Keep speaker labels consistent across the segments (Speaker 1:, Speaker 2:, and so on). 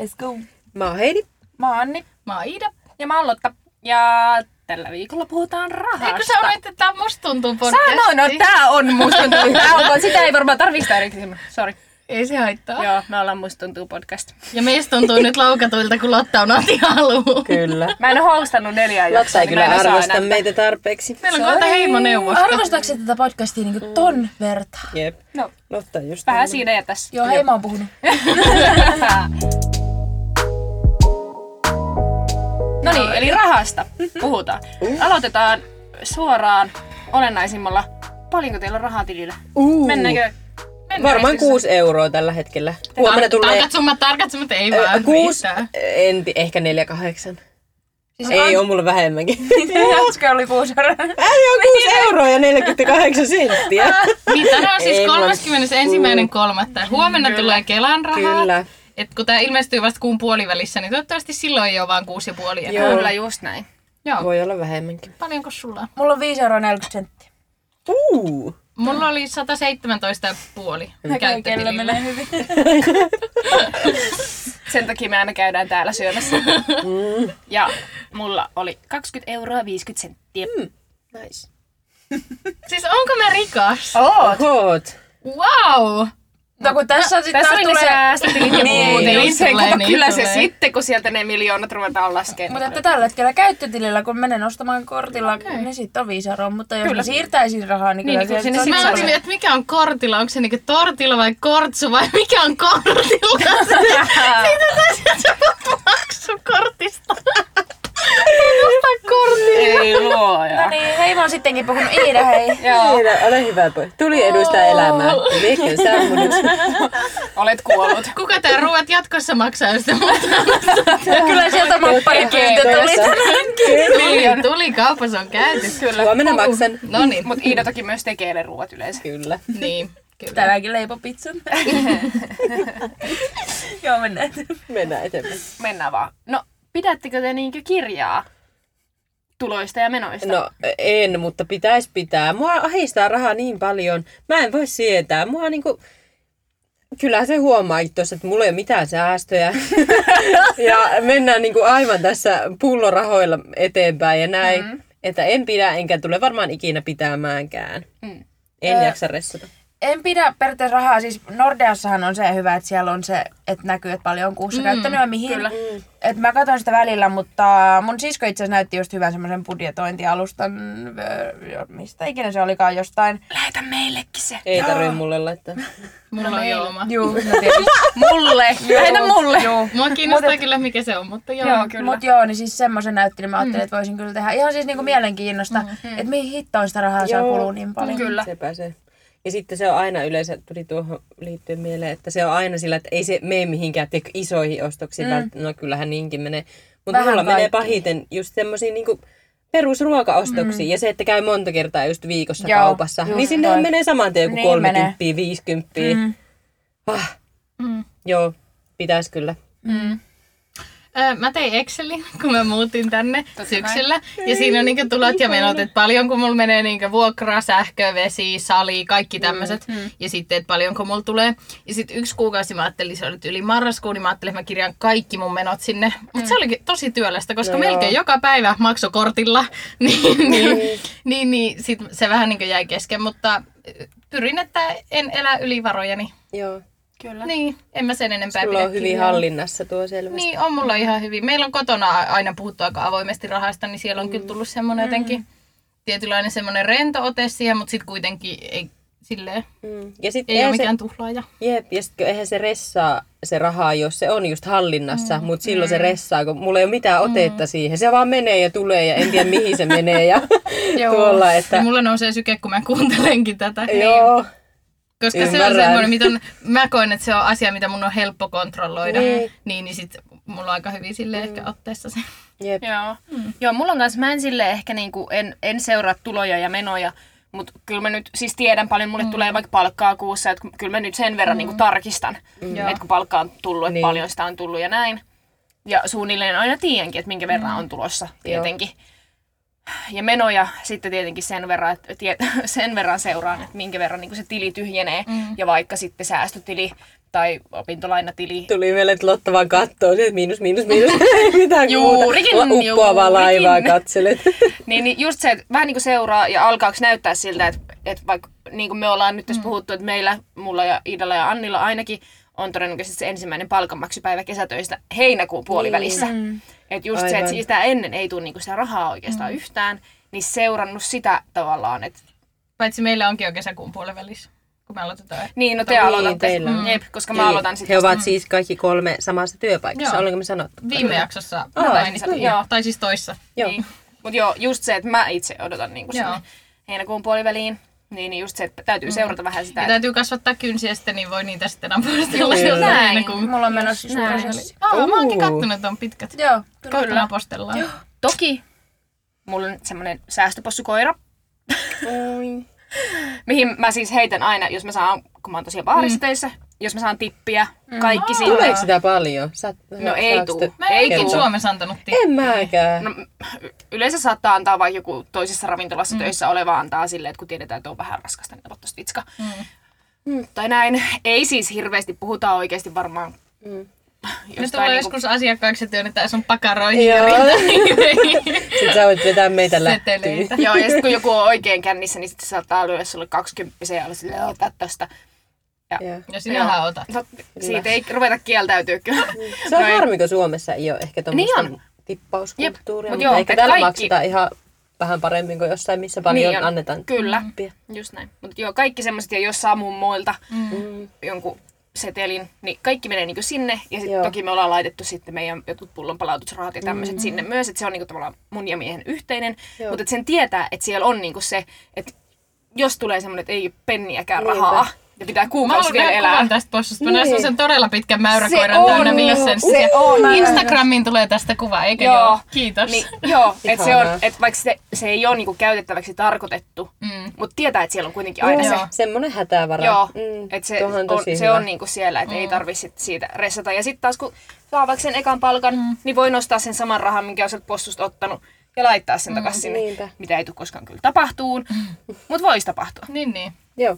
Speaker 1: Let's go.
Speaker 2: Mä oon Heidi.
Speaker 1: Mä oon Anni.
Speaker 3: Mä oon Iida.
Speaker 4: Ja mä oon Lotta. Ja tällä viikolla puhutaan rahasta.
Speaker 3: Eikö sä ole, että tää musta tuntuu podcasti?
Speaker 4: Sanoin, no tää on musta tuntuu. Tää on, sitä ei varmaan tarvii sitä erikseen. Sori.
Speaker 3: Ei se haittaa.
Speaker 4: Joo, me ollaan musta tuntuu podcast.
Speaker 3: Ja meistä tuntuu nyt loukatuilta, kun Lotta on otin haluun.
Speaker 2: Kyllä.
Speaker 4: Mä en oo hostannut neljää
Speaker 2: Lotta ei kyllä
Speaker 4: mä en osaa
Speaker 2: arvosta
Speaker 4: enää.
Speaker 2: meitä tarpeeksi.
Speaker 3: Meillä on kohta heimoneuvosta.
Speaker 1: Arvostaako se tätä podcastia niinku ton verta?
Speaker 2: Jep.
Speaker 4: No,
Speaker 2: Lotta on just
Speaker 4: vähän siinä ja tässä.
Speaker 1: Joo, hei mä oon puhunut.
Speaker 4: No niin, eli rahasta
Speaker 3: Mm-hmm.
Speaker 4: puhutaan. Aloitetaan suoraan olennaisimmalla. Paljonko teillä on rahaa tilillä?
Speaker 2: Uu.
Speaker 4: Mennäänkö? mennään
Speaker 2: Varmaan
Speaker 4: siis-
Speaker 2: 6 euroa tällä hetkellä. Huomenna tulee Äh,
Speaker 3: Tarkat summat, tarkat summat, ei
Speaker 2: ö,
Speaker 3: vaan
Speaker 2: kuusi,
Speaker 3: riittää.
Speaker 2: en, ti- ehkä neljä kahdeksan.
Speaker 1: Siis
Speaker 2: Ei,
Speaker 1: An-
Speaker 2: on mulla vähemmänkin.
Speaker 4: Äsken oli kuusi euroa.
Speaker 2: Ääni on 6 euroa ja 48 senttiä.
Speaker 3: Niin, tänään on
Speaker 2: Ei
Speaker 3: siis
Speaker 2: vaan.
Speaker 3: 31. kolmatta. Huomenna tulee Kelan rahaa.
Speaker 2: Kyllä.
Speaker 3: Et kun tää ilmestyy vasta kuun puolivälissä, niin toivottavasti silloin ei ole vaan kuusi ja puoli enää.
Speaker 2: Joo.
Speaker 4: Kyllä, just näin.
Speaker 3: Joo.
Speaker 2: Voi olla vähemmänkin.
Speaker 3: Paljonko sulla on?
Speaker 1: Mulla on 5,40 euroa senttiä.
Speaker 2: Uu.
Speaker 3: Mulla oli 117 ja puoli
Speaker 4: Kello
Speaker 3: käyttötilillä.
Speaker 4: menee hyvin. Sen takia me aina käydään täällä syömässä. Ja mulla oli 20 euroa 50 senttiä.
Speaker 2: Nice.
Speaker 3: Siis onko mä rikas?
Speaker 4: Oot!
Speaker 2: Oot.
Speaker 3: Wow!
Speaker 1: No kun tässä on sit
Speaker 4: Tässä
Speaker 1: taas
Speaker 4: oli ne
Speaker 1: tulee...
Speaker 4: säästötilit ja
Speaker 3: Niin,
Speaker 4: muut. Niin,
Speaker 3: niin
Speaker 4: se,
Speaker 3: tulee,
Speaker 4: kato,
Speaker 3: niin
Speaker 4: kyllä se
Speaker 3: tulee.
Speaker 4: sitten, kun sieltä ne miljoonat ruvetaan laskemaan.
Speaker 1: Mutta että tällä hetkellä käyttötilillä, kun menen ostamaan kortilla, okay. niin sit on 5 euroa. Mutta jos
Speaker 4: Kyllä.
Speaker 1: mä siirtäisin rahaa, niin kyllä
Speaker 4: niin, kun
Speaker 1: se-
Speaker 4: sinne
Speaker 1: se on
Speaker 4: sit-
Speaker 3: Mä
Speaker 1: sama.
Speaker 3: ajattelin, että mikä on kortilla, onko se niinku tortilla vai kortsu vai mikä on kortilla? Siitä tosiaan sä voit maksukortista. Musta kortti.
Speaker 4: Ei luoja.
Speaker 1: No niin, hei mä oon sittenkin puhunut Iida, hei.
Speaker 4: Joo,
Speaker 2: Siinä, ole hyvä poi. Tuli edusta elämää. Mikä sä mun-
Speaker 4: olet kuollut.
Speaker 3: Kuka tää ruuat jatkossa maksaa, jos te muuta
Speaker 1: Kyllä sieltä mappari kyytä tuli
Speaker 3: tuli, tuli kaupassa on käyty.
Speaker 4: Kyllä.
Speaker 2: Huomenna maksan.
Speaker 3: No niin,
Speaker 4: Mutta Iida toki myös tekee ne ruoat yleensä.
Speaker 2: Kyllä.
Speaker 3: niin. Kyllä.
Speaker 1: Tänäänkin leipopitsan. Joo, mennään.
Speaker 2: Mennään eteenpäin.
Speaker 4: Mennään vaan. No, pidättekö te niinkö kirjaa tuloista ja menoista?
Speaker 2: No en, mutta pitäisi pitää. Mua ahistaa rahaa niin paljon. Mä en voi sietää. Mua niinku... Kyllä se huomaa tuossa, että mulla ei ole mitään säästöjä. ja mennään niinku aivan tässä pullorahoilla eteenpäin ja näin. Mm. Että en pidä, enkä tule varmaan ikinä pitämäänkään.
Speaker 4: Mm.
Speaker 2: En
Speaker 1: Ö,
Speaker 2: jaksa ressata.
Speaker 1: En pidä periaatteessa rahaa, siis Nordeassahan on se hyvä, että siellä on se, että näkyy, että paljon on kuussa mm, käyttänyt ja mihin.
Speaker 4: kyllä.
Speaker 1: Et mä katson sitä välillä, mutta mun sisko itse asiassa näytti just hyvän semmoisen budjetointialustan, ö, mistä ikinä se olikaan jostain.
Speaker 4: Lähetä meillekin se.
Speaker 2: Ei tarvitse mulle laittaa.
Speaker 3: Mulla on jo oma.
Speaker 1: Juu, no tietysti.
Speaker 4: Mulle. Lähetä mulle. Joo.
Speaker 3: Mua kiinnostaa kyllä, mikä se on, mutta joo.
Speaker 4: Joo, kyllä. Mm.
Speaker 1: Mut joo, niin siis semmoisen näytti, niin mä ajattelin, että voisin kyllä tehdä. Ihan siis niinku mielenkiinnosta, että mihin hittoon sitä rahaa saa
Speaker 2: Joo.
Speaker 1: kuluu niin paljon.
Speaker 4: Kyllä.
Speaker 2: Sepä se. Ja sitten se on aina yleensä, tuli tuohon liittyen mieleen, että se on aina sillä, että ei se mene mihinkään tiedätkö, isoihin ostoksiin. Mm. No kyllähän niinkin menee. Mutta
Speaker 1: Vähän
Speaker 2: mulla menee
Speaker 1: kaikkiin.
Speaker 2: pahiten just semmoisiin niinku perusruokaostoksiin. Mm. Ja se, että käy monta kertaa just viikossa
Speaker 1: Joo,
Speaker 2: Joo, kaupassa.
Speaker 1: just
Speaker 2: Niin sinnehän
Speaker 1: noin.
Speaker 2: menee saman tien joku
Speaker 1: Niin
Speaker 2: niin
Speaker 1: menee.
Speaker 2: 30, 50. Mm. Ah.
Speaker 3: Mm.
Speaker 2: Joo, pitäisi kyllä.
Speaker 3: Öö, mä tein Excelin, kun mä muutin tänne
Speaker 4: kai.
Speaker 3: syksyllä. Ja siinä on niinku tulot ja menot, että paljonko mulla menee niinku vuokraa, sähkö, vesi, sali, kaikki tämmöiset. Mm, Ja sitten, että paljonko mulla tulee. Ja sitten yksi kuukausi mä ajattelin, se oli nyt yli marraskuun, niin mä ajattelin, että mä kirjaan kaikki mun menot sinne. Mutta se olikin tosi työlästä, koska
Speaker 2: No
Speaker 3: melkein joka päivä maksokortilla. niin, niin, niin, niin sit se vähän niinku jäi kesken, mutta ö, pyrin, että en elä yli varojani.
Speaker 2: Joo.
Speaker 4: Kyllä.
Speaker 3: Niin, en mä sen enempää
Speaker 2: Sulla on
Speaker 3: pidä
Speaker 2: hyvin
Speaker 3: kirjaa.
Speaker 2: hallinnassa tuo selvästi.
Speaker 3: Niin, on mulla ihan hyvin. Meillä on kotona a- aina puhuttu aika avoimesti rahasta, niin siellä on kyllä tullut
Speaker 2: Mm.
Speaker 3: semmoinen jotenkin tietynlainen semmoinen rento ote siihen, mutta sitten kuitenkin ei, silleen,
Speaker 2: Mm. Ja sitten
Speaker 3: ei ole mikään tuhlaaja.
Speaker 2: Jep, ja sitten eihän se ressaa se rahaa, jos se on just hallinnassa, mm. mutta silloin mm. se ressaa, kun mulla ei ole mitään otetta mm. siihen. Se vaan menee ja tulee ja en tiedä mihin se menee ja tuolla, että
Speaker 3: Ja mulla nousee syke, kun mä kuuntelenkin tätä. Niin,
Speaker 2: joo,
Speaker 3: Koska se on
Speaker 2: ymmärrän.
Speaker 3: semmoinen, mitä on, mä koen, että se on asia, mitä mun on helppo kontrolloida.
Speaker 2: Niin.
Speaker 3: Niin, niin sit mulla on aika hyvin sille ehkä otteessa se.
Speaker 2: jep,
Speaker 4: Joo. Mm. Joo, mulla on kanssa, mä en sille ehkä niinku, en, en seuraa tuloja ja menoja, mutta kyllä mä nyt siis tiedän paljon, mulle mm. tulee vaikka palkkaa kuussa, että kyllä mä nyt sen verran mm. niinku tarkistan, mm.
Speaker 3: Joo.
Speaker 4: että kun palkkaa on tullut, että
Speaker 2: Niin.
Speaker 4: niin. paljon sitä on tullut ja näin. Ja suunnilleen aina tiedänkin, että minkä verran on tulossa tietenkin. Ja menoja sitten tietenkin sen verran, että niinku tie, sen verran seuraan, että minkä verran niin se tili tyhjenee. Mm. Ja vaikka sitten säästötili tai opintolainatili.
Speaker 2: Tuli meille, että Lotta vaan kattoo, että miinus, miinus, miinus. Ei mitään
Speaker 4: Juurikin,
Speaker 2: muuta. Uppoavaa
Speaker 4: juurikin.
Speaker 2: laivaa katselet.
Speaker 4: Niin, niin just se, että vähän niin kuin seuraa ja alkaako näyttää siltä, että, että vaikka niin kuin me ollaan nyt tässä puhuttu, että meillä, mulla ja Idalla ja Annilla ainakin on todennäköisesti se ensimmäinen palkanmaksupäivä kesätöistä heinäkuun puolivälissä. Mm. Että just Aivan. se,
Speaker 2: Aivan.
Speaker 4: että sitä ennen ei tule niin kuin sitä rahaa oikeastaan mm. yhtään, niin seurannut sitä tavallaan, että
Speaker 3: Paitsi meillä onkin jo kesäkuun puolivälissä, kun me aloitetaan.
Speaker 4: niin, no te
Speaker 2: Niin,
Speaker 4: aloitatte.
Speaker 2: teillä on. Niin.
Speaker 4: Jep, koska mä aloitan sitten.
Speaker 2: He ovat siis kaikki kolme samassa työpaikassa,
Speaker 3: Joo.
Speaker 2: olenko me sanottu?
Speaker 3: Viime jaksossa
Speaker 2: Aa,
Speaker 3: mainitsin.
Speaker 4: kyllä.
Speaker 3: Joo, tai siis toissa.
Speaker 2: Joo.
Speaker 4: Niin. Mutta joo, just se, että mä itse odotan niinku
Speaker 3: Joo.
Speaker 4: sinne heinäkuun puoliväliin, niin, niin just se, että täytyy seurata vähän sitä.
Speaker 3: Ja
Speaker 4: Että...
Speaker 3: täytyy kasvattaa kynsiä sitten, niin voi niitä sitten apostella
Speaker 4: Näin.
Speaker 3: sieltä kun...
Speaker 1: Mulla on menossa just
Speaker 4: Näin.
Speaker 1: prosessi.
Speaker 3: Aa, mä oonkin
Speaker 2: Uu.
Speaker 3: kattonut, että on pitkät.
Speaker 1: Joo,
Speaker 3: Kohta apostellaan.
Speaker 4: Toki mulla on semmoinen säästöpossukoira,
Speaker 2: Oi.
Speaker 4: mihin mä siis heitän aina, jos mä saan, kun mä oon tosiaan baarissa töissä, jos mä saan tippiä, kaikki siinä.
Speaker 2: Tuleeko sitä paljon? Sä,
Speaker 4: No ei
Speaker 2: saaks
Speaker 4: tuu.
Speaker 2: te-
Speaker 3: Mä en
Speaker 4: Ei
Speaker 3: ikinä
Speaker 4: tuu.
Speaker 3: Suomessa antanut tippaa.
Speaker 2: En mäkään.
Speaker 4: No,
Speaker 2: No,
Speaker 4: y- yleensä saattaa antaa vaikka joku toisessa ravintolassa mm. töissä oleva antaa silleen, että kun tiedetään, että on vähän raskasta, niin ota tosta vitska. Mm. Tai näin. Ei siis hirveästi puhuta oikeasti varmaan
Speaker 2: Mm.
Speaker 3: Ne
Speaker 4: jostain
Speaker 3: tulee
Speaker 4: niinku-
Speaker 3: joskus asiakkaaksi, että työnnetään sun pakaroihin ja
Speaker 2: Joo.
Speaker 3: rintaan.
Speaker 2: Sitten sä voit vetää meitä lähtöön.
Speaker 3: seteleitä.
Speaker 4: Joo, ja sitten kun joku on oikein kännissä, niin sitten se saattaa lyödä sulle 20 ja olla silleen, ota tosta.
Speaker 3: Ja sinähän otat.
Speaker 4: No, siitä ei ruveta kieltäytyä kyllä.
Speaker 2: Se on
Speaker 4: No ei.
Speaker 2: harmi, kun Suomessa ei ole ehkä tuommoista
Speaker 4: Niin
Speaker 2: niin tippauskulttuuria,
Speaker 4: Jep. Mut
Speaker 2: mutta
Speaker 4: joo,
Speaker 2: ehkä
Speaker 4: et
Speaker 2: täällä
Speaker 4: kaikki-
Speaker 2: maksetaan ihan vähän paremmin kuin jossain, missä paljon
Speaker 4: Niin on.
Speaker 2: annetaan
Speaker 4: Kyllä,
Speaker 2: tippia.
Speaker 4: just näin. Mutta joo, kaikki semmoiset, ja jos saa mummoilta
Speaker 2: Mm.
Speaker 4: jonkun setelin, niin kaikki menee niinku sinne. Ja sitten
Speaker 2: Joo. Mm.
Speaker 4: toki me ollaan laitettu sitten meidän jotkut pullonpalautusrahat ja tämmöiset mm-hmm. sinne myös. Että se on niinku tavallaan mun ja miehen yhteinen.
Speaker 2: Joo.
Speaker 4: Mutta sen tietää, että siellä on niinku se, että jos tulee semmoinen, että ei ole penniäkään rahaa,
Speaker 2: Niinpä.
Speaker 4: ja pitää
Speaker 3: Mä
Speaker 4: kuukausi
Speaker 3: haluan
Speaker 4: vielä
Speaker 3: nähdä
Speaker 4: elää.
Speaker 3: kuvan tästä possusta. Mä näen
Speaker 2: Niin.
Speaker 3: sen todella pitkän
Speaker 4: Se
Speaker 3: mäyräkoiran täynnä
Speaker 4: on,
Speaker 3: viidesenssiä.
Speaker 4: se on.
Speaker 3: Instagramiin tulee tästä kuva, eikö joo?
Speaker 4: Joo.
Speaker 3: Kiitos.
Speaker 4: Niin, joo, että se on,
Speaker 2: Ihanaa.
Speaker 4: et vaikka se, se ei ole niinku käytettäväksi tarkoitettu,
Speaker 3: Mm.
Speaker 4: mutta tietää, että siellä on kuitenkin aina
Speaker 3: Joo.
Speaker 4: se.
Speaker 2: Joo. Semmoinen hätävara.
Speaker 4: Joo,
Speaker 2: Mm.
Speaker 4: että se
Speaker 2: Tuohan
Speaker 4: on,
Speaker 2: tosi
Speaker 4: se
Speaker 2: hyvä.
Speaker 4: on niinku siellä, että
Speaker 3: Mm.
Speaker 4: ei tarvi sit siitä ressata. Ja sitten taas kun saa vaikka sen ekan palkan,
Speaker 3: Mm.
Speaker 4: niin voi nostaa sen saman rahan, minkä on sieltä possusta ottanut ja laittaa
Speaker 3: Mm.
Speaker 4: sen takaisin sinne,
Speaker 2: Niinpä.
Speaker 4: mitä ei tule koskaan kyllä tapahtuun, mutta voisi tapahtua.
Speaker 3: Niin, niin.
Speaker 2: Joo.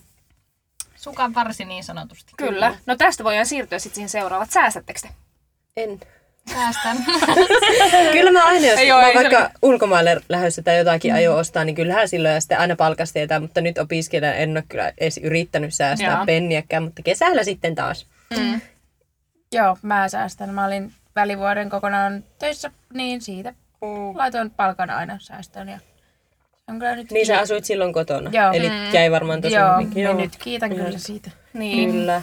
Speaker 3: Sukan varsi niin sanotusti.
Speaker 4: Kyllä. No tästä voidaan siirtyä sitten siihen seuraavat. Säästättekö te?
Speaker 2: En.
Speaker 3: Päästään.
Speaker 2: Kyllä mä aina, jos
Speaker 4: Ei
Speaker 2: ei
Speaker 4: oo,
Speaker 2: mä
Speaker 4: ei se niin.
Speaker 2: vaikka ulkomaille lähdössä tai jotakin mm. ajo ostaa, niin kyllähän silloin ja sitten aina palkasta jotain, mutta nyt opiskelijana en ole kyllä edes yrittänyt säästää
Speaker 4: Joo.
Speaker 2: penniäkään, mutta kesällä sitten taas.
Speaker 1: Joo, mä säästän. Mä olin välivuoden kokonaan töissä, niin siitä
Speaker 2: Mm.
Speaker 1: laitoin palkan aina säästöön. Ja se on kyllä nyt
Speaker 2: Niin sä asuit silloin kotona,
Speaker 1: Joo.
Speaker 2: eli
Speaker 4: Mm.
Speaker 2: jäi varmaan tosi
Speaker 1: Joo,
Speaker 2: hyvinkin.
Speaker 1: niin nyt kiitän kyllä siitä.
Speaker 4: Niin,
Speaker 2: Kyllä.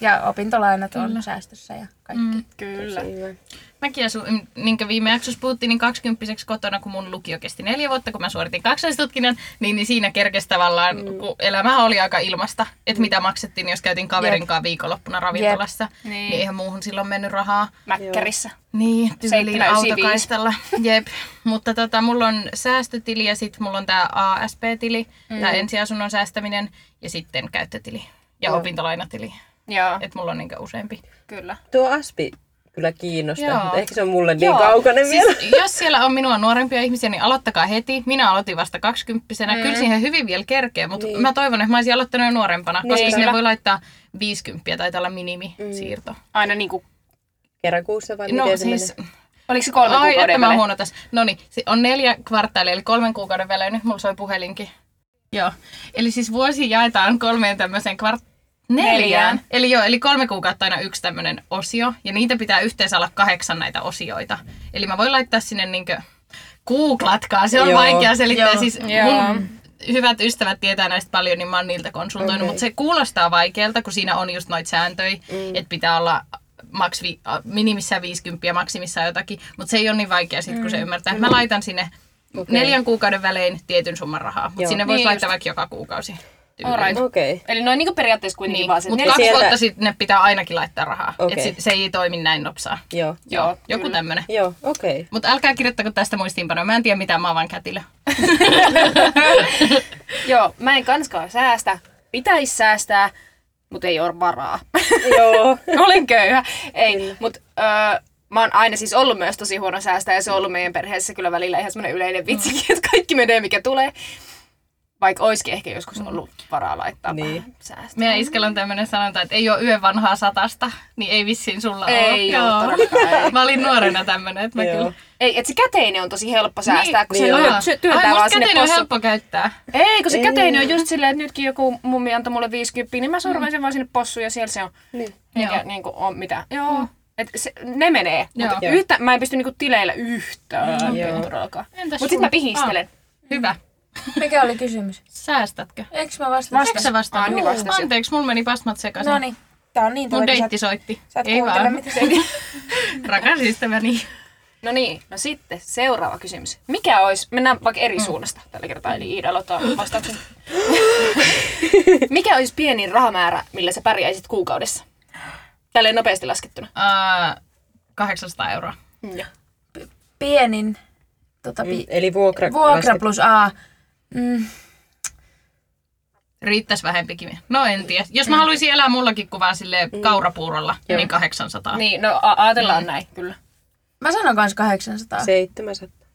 Speaker 1: Ja opintolainat on säästössä ja kaikki. Mm.
Speaker 4: kyllä.
Speaker 2: Hyvä.
Speaker 3: Mäkin asun, niin kuin viime jaksossa puhuttiin, niin 20 kotona, kun mun lukio kesti neljä vuotta, kun mä suoritin kaksoistutkinnon, niin, niin siinä kerkesi tavallaan, mm. kun elämä oli aika ilmasta, että mitä maksettiin, niin jos käytiin kaverin
Speaker 1: Jep.
Speaker 3: kanssa viikonloppuna ravintolassa, niin. niin eihän muuhun silloin mennyt rahaa.
Speaker 4: Mäkkärissä.
Speaker 3: Niin, tyyliin
Speaker 4: 795.
Speaker 3: autokaistalla. Jep. Mutta tota, mulla on säästötili ja sitten mulla on tämä ASP-tili, mm. tämä ensiasunnon säästäminen ja sitten käyttötili ja
Speaker 2: Joo.
Speaker 3: opintolainatili.
Speaker 4: Joo,
Speaker 3: Että mulla on niinku useampi.
Speaker 4: kyllä.
Speaker 2: Tuo aspi kyllä kiinnostaa,
Speaker 3: Joo.
Speaker 2: mutta ehkä se on mulle niin
Speaker 4: Joo.
Speaker 2: kaukainen vielä.
Speaker 3: Siis, jos siellä on minua nuorempia ihmisiä, niin aloittakaa heti. Minä aloitin vasta kaksikymppisenä. Mm. Kyllä siihen hyvin vielä kerkee, mutta niin. mä toivon, että mä olisin aloittanut jo nuorempana, niin, koska
Speaker 4: Niin.
Speaker 3: sinne
Speaker 4: Kyllä.
Speaker 3: voi laittaa 50 tai tällä minimisiirto.
Speaker 4: Aina niinku,
Speaker 2: Kerran kuussa vai
Speaker 3: No
Speaker 2: miten se
Speaker 3: siis,
Speaker 2: menee?
Speaker 4: oliko se kolme
Speaker 3: ai että
Speaker 4: kuukauden
Speaker 3: mä oon
Speaker 4: välein?
Speaker 3: huono tässä. No niin, on neljä kvartaalia, eli kolmen kuukauden välein. Nyt mulla soi puhelinkin. Joo, eli siis vuosi jaetaan kolmeen tämmöiseen kvart... Neljään.
Speaker 4: Neljään.
Speaker 3: Eli joo, eli kolme kuukautta aina yksi tämmöinen osio, ja niitä pitää yhteensä olla kahdeksan näitä osioita. Eli mä voin laittaa sinne niinkö, googlatkaa, se on joo,
Speaker 2: Joo.
Speaker 3: vaikea selittää.
Speaker 1: Joo.
Speaker 3: Siis
Speaker 4: Joo.
Speaker 3: mun hyvät ystävät tietää näistä paljon, niin mä oon niiltä konsultoinut, okay.
Speaker 2: Okei.
Speaker 3: mutta se kuulostaa vaikealta, kun siinä on just noita sääntöjä, mm. että pitää olla maks vi, a- minimissään 50 maksimissaan jotakin, mutta se ei ole niin vaikea sitten, kun se ymmärtää. Mä laitan sinne okay.
Speaker 2: Okei.
Speaker 3: neljän kuukauden välein tietyn summan rahaa, mutta
Speaker 2: Joo.
Speaker 3: sinne
Speaker 4: Niin
Speaker 3: voisi niin laittaa
Speaker 4: just.
Speaker 3: vaikka joka kuukausi.
Speaker 4: Alright.
Speaker 2: Okei.
Speaker 4: Eli noin niinku periaatteessa kuitenkin
Speaker 3: Niin,
Speaker 4: vaan se
Speaker 3: mutta
Speaker 4: neljä-
Speaker 3: kaksi
Speaker 2: sieltä-
Speaker 3: vuotta sitten ne pitää ainakin laittaa rahaa. Okay.
Speaker 2: Okei.
Speaker 3: Et se, se ei toimi näin nopsaa.
Speaker 2: Joo.
Speaker 4: Joo,
Speaker 3: Joku tämmönen.
Speaker 2: Joo, okei.
Speaker 3: Mutta älkää kirjoittako tästä muistiinpanoja. Mä en tiedä mitä, mä oon vaan kätilö.
Speaker 4: Joo, mä en kanskaan säästä. Pitäisi säästää, mutta ei ole varaa.
Speaker 2: Joo.
Speaker 4: Olen köyhä. Ei, mutta öö, mä oon aina siis ollut myös tosi huono säästäjä ja se on ollut meidän perheessä kyllä välillä ihan semmoinen yleinen vitsikin, että kaikki menee mikä tulee. vaikka olisikin ehkä joskus ollut varaa laittaa
Speaker 2: Niin.
Speaker 4: vähän säästöä.
Speaker 3: Meidän iskellä on tämmöinen sanonta, että ei ole yön vanhaa satasta, niin ei vissiin sulla
Speaker 4: Ei
Speaker 3: ole.
Speaker 4: oo todellakaan, ei.
Speaker 3: Mä olin nuorena tämmöinen, että mä
Speaker 2: Joo.
Speaker 3: kyllä.
Speaker 4: Ei, että se käteinen on tosi helppo säästää, niin, kun
Speaker 2: niin
Speaker 4: se
Speaker 2: on.
Speaker 4: lyö- sy- työntää
Speaker 3: Ai,
Speaker 4: vaan
Speaker 3: musta
Speaker 4: sinne
Speaker 3: käteinen on
Speaker 4: possu.
Speaker 3: helppo käyttää.
Speaker 4: Ei, kun se
Speaker 2: Ei.
Speaker 4: käteinen on just silleen, että nytkin joku mummi antoi mulle 50, niin mä sorvan sen vaan sinne possuun ja siellä se on.
Speaker 2: Niin.
Speaker 4: Eikä
Speaker 3: Joo.
Speaker 4: niinku ole mitään. Joo. Et se, ne menee. Mutta
Speaker 2: Joo.
Speaker 4: yhtä, mä en pysty niinku tileillä yhtään.
Speaker 2: Joo.
Speaker 4: Todellakaan.
Speaker 3: Entäs
Speaker 4: Mut sit mä
Speaker 3: sun?
Speaker 4: pihistelen.
Speaker 3: Hyvä.
Speaker 1: Mikä oli kysymys?
Speaker 3: Säästätkö?
Speaker 1: Eikö mä vastata?
Speaker 3: Eikö sä vastaa?
Speaker 4: Anni vastasi jo.
Speaker 3: Anteeksi, mulla meni pasmat sekaisin.
Speaker 1: No niin, tää on niin
Speaker 3: Mun
Speaker 1: kun sä et-
Speaker 3: deitti soitti.
Speaker 1: Sä et
Speaker 3: Ei
Speaker 1: kuuntele,
Speaker 3: vaan.
Speaker 1: mitä se
Speaker 3: Rakas ystäväni.
Speaker 4: No niin, no sitten seuraava kysymys. Mikä olisi, mennään vaikka eri suunnasta tällä kertaa, eli Iida aloittaa vastauksen. Mikä olisi pienin rahamäärä, millä sä pärjäisit kuukaudessa? Tälleen nopeasti laskettuna.
Speaker 3: Äh, 800 euroa.
Speaker 4: Joo.
Speaker 1: pienin tota, pi-
Speaker 2: Eli vuokra,
Speaker 1: vuokra
Speaker 2: lasket-
Speaker 1: plus A. Mm,
Speaker 3: Riittäisi vähempikin. No en tiedä. Jos
Speaker 4: Mm.
Speaker 3: mä haluaisin elää mullakin kuin vaan sille kaurapuurolla, niin 800.
Speaker 4: Niin, no a- ajatellaan näin, kyllä.
Speaker 1: mä sanon kans 800.
Speaker 2: 700.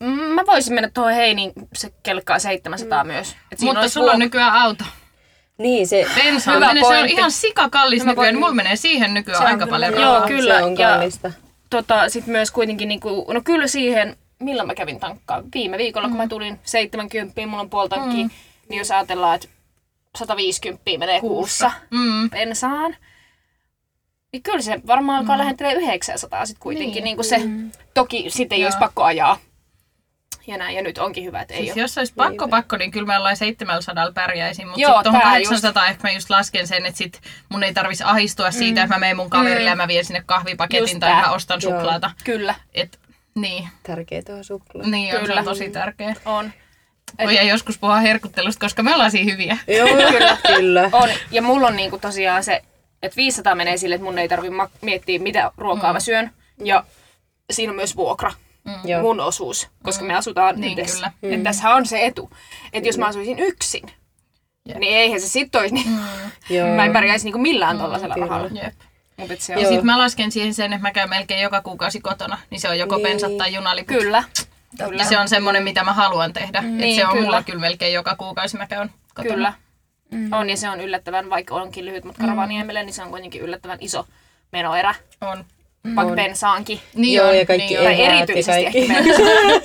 Speaker 4: Mm, Mä voisin mennä tuohon Heinin se kelkkaa 700 myös. Et siinä
Speaker 3: Mutta
Speaker 4: olisi
Speaker 3: sulla on
Speaker 4: vuok-
Speaker 3: nykyään auto.
Speaker 2: Niin se,
Speaker 3: Bensa on,
Speaker 4: Hyvä
Speaker 3: menee, se on
Speaker 4: pointti.
Speaker 3: ihan sikakallis
Speaker 4: Hyvä
Speaker 3: nykyään.
Speaker 4: pointti.
Speaker 3: Mulla menee siihen nykyään
Speaker 1: Se on
Speaker 3: aika
Speaker 1: kyllä
Speaker 3: paljon
Speaker 1: joo.
Speaker 3: rahaa.
Speaker 4: Joo, kyllä.
Speaker 2: se on
Speaker 4: ja-
Speaker 2: kallista.
Speaker 4: tota, sit myös kuitenkin, niinku, no kyllä siihen, milloin mä kävin tankkaan. Viime viikolla, kun mä tulin 70, mulla on puoli tankkiä, niin jos ajatellaan, että 150 menee kuussa
Speaker 3: Mm.
Speaker 4: pensaan, niin kyllä se varmaan alkaa lähentelee 900 sitten kuitenkin. Niin. kuin se, toki sitten ei olisi pakko ajaa. Ja näin, ja nyt onkin hyvä, että ei
Speaker 3: Siis
Speaker 4: ole.
Speaker 3: jos olisi pakko pakko, niin kyllä mä jollain 700 pärjäisin, mutta
Speaker 4: Joo,
Speaker 3: sitten tuohon
Speaker 4: tää
Speaker 3: 800 ehkä mä just lasken sen, että sit mun ei tarvitsisi ahistua siitä, että mä menen mun kaverille ja mä vien sinne kahvipaketin
Speaker 4: Mm. Just
Speaker 3: tai
Speaker 4: tää.
Speaker 3: mä ostan
Speaker 2: Joo.
Speaker 3: suklaata.
Speaker 4: Kyllä,
Speaker 3: Et, niin,
Speaker 2: Tärkeä tuo suklaa.
Speaker 3: niin on, se
Speaker 4: Kyllä.
Speaker 3: on tosi tärkeä.
Speaker 4: on.
Speaker 3: Voi ja joskus puhua herkuttelusta, koska me ollaan siinä hyviä.
Speaker 2: Joo, kyllä. kyllä.
Speaker 4: On, ja mulla on niinku tosiaan se, että 500 menee sille, että mun ei tarvi mak- miettiä, mitä ruokaa mm. mä syön. Ja siinä on myös vuokra,
Speaker 2: Joo.
Speaker 4: mm. mun osuus, koska mm. me asutaan
Speaker 3: Niin,
Speaker 4: niin, yhdessä.
Speaker 3: kyllä.
Speaker 4: Kyllä. Mm. Et tässähän on se etu, että jos mä asuisin yksin,
Speaker 3: Jep.
Speaker 4: niin eihän se sit olisi, niin mm.
Speaker 2: Joo.
Speaker 4: mä en pärjäisi niinku millään tollasella
Speaker 2: kyllä.
Speaker 4: rahalla.
Speaker 3: Mm. Jep.
Speaker 4: Mut et se
Speaker 3: Ja
Speaker 4: on,
Speaker 3: sitten mä lasken siihen sen, että mä käyn melkein joka kuukausi kotona, niin se on joko
Speaker 2: Niin.
Speaker 3: pensat tai junaliput.
Speaker 4: kyllä,
Speaker 3: Ja
Speaker 4: kyllä,
Speaker 3: se on semmoinen, mitä mä haluan tehdä. Et
Speaker 4: Niin,
Speaker 3: se on
Speaker 4: kyllä.
Speaker 3: mulla kyllä melkein joka kuukausi mä käyn kotona.
Speaker 4: kyllä. Mm. On, ja se on yllättävän, vaikka onkin lyhyt matka
Speaker 3: Mm.
Speaker 4: Rovaniemelle, niin se on kuitenkin yllättävän iso menoerä,
Speaker 3: On.
Speaker 4: vaikka bensaankin.
Speaker 3: Niin
Speaker 2: Joo,
Speaker 3: on,
Speaker 2: ja kaikki
Speaker 3: niin on.
Speaker 4: Tai
Speaker 2: eväät
Speaker 4: erityisesti
Speaker 2: ja kaikki.
Speaker 4: ehkä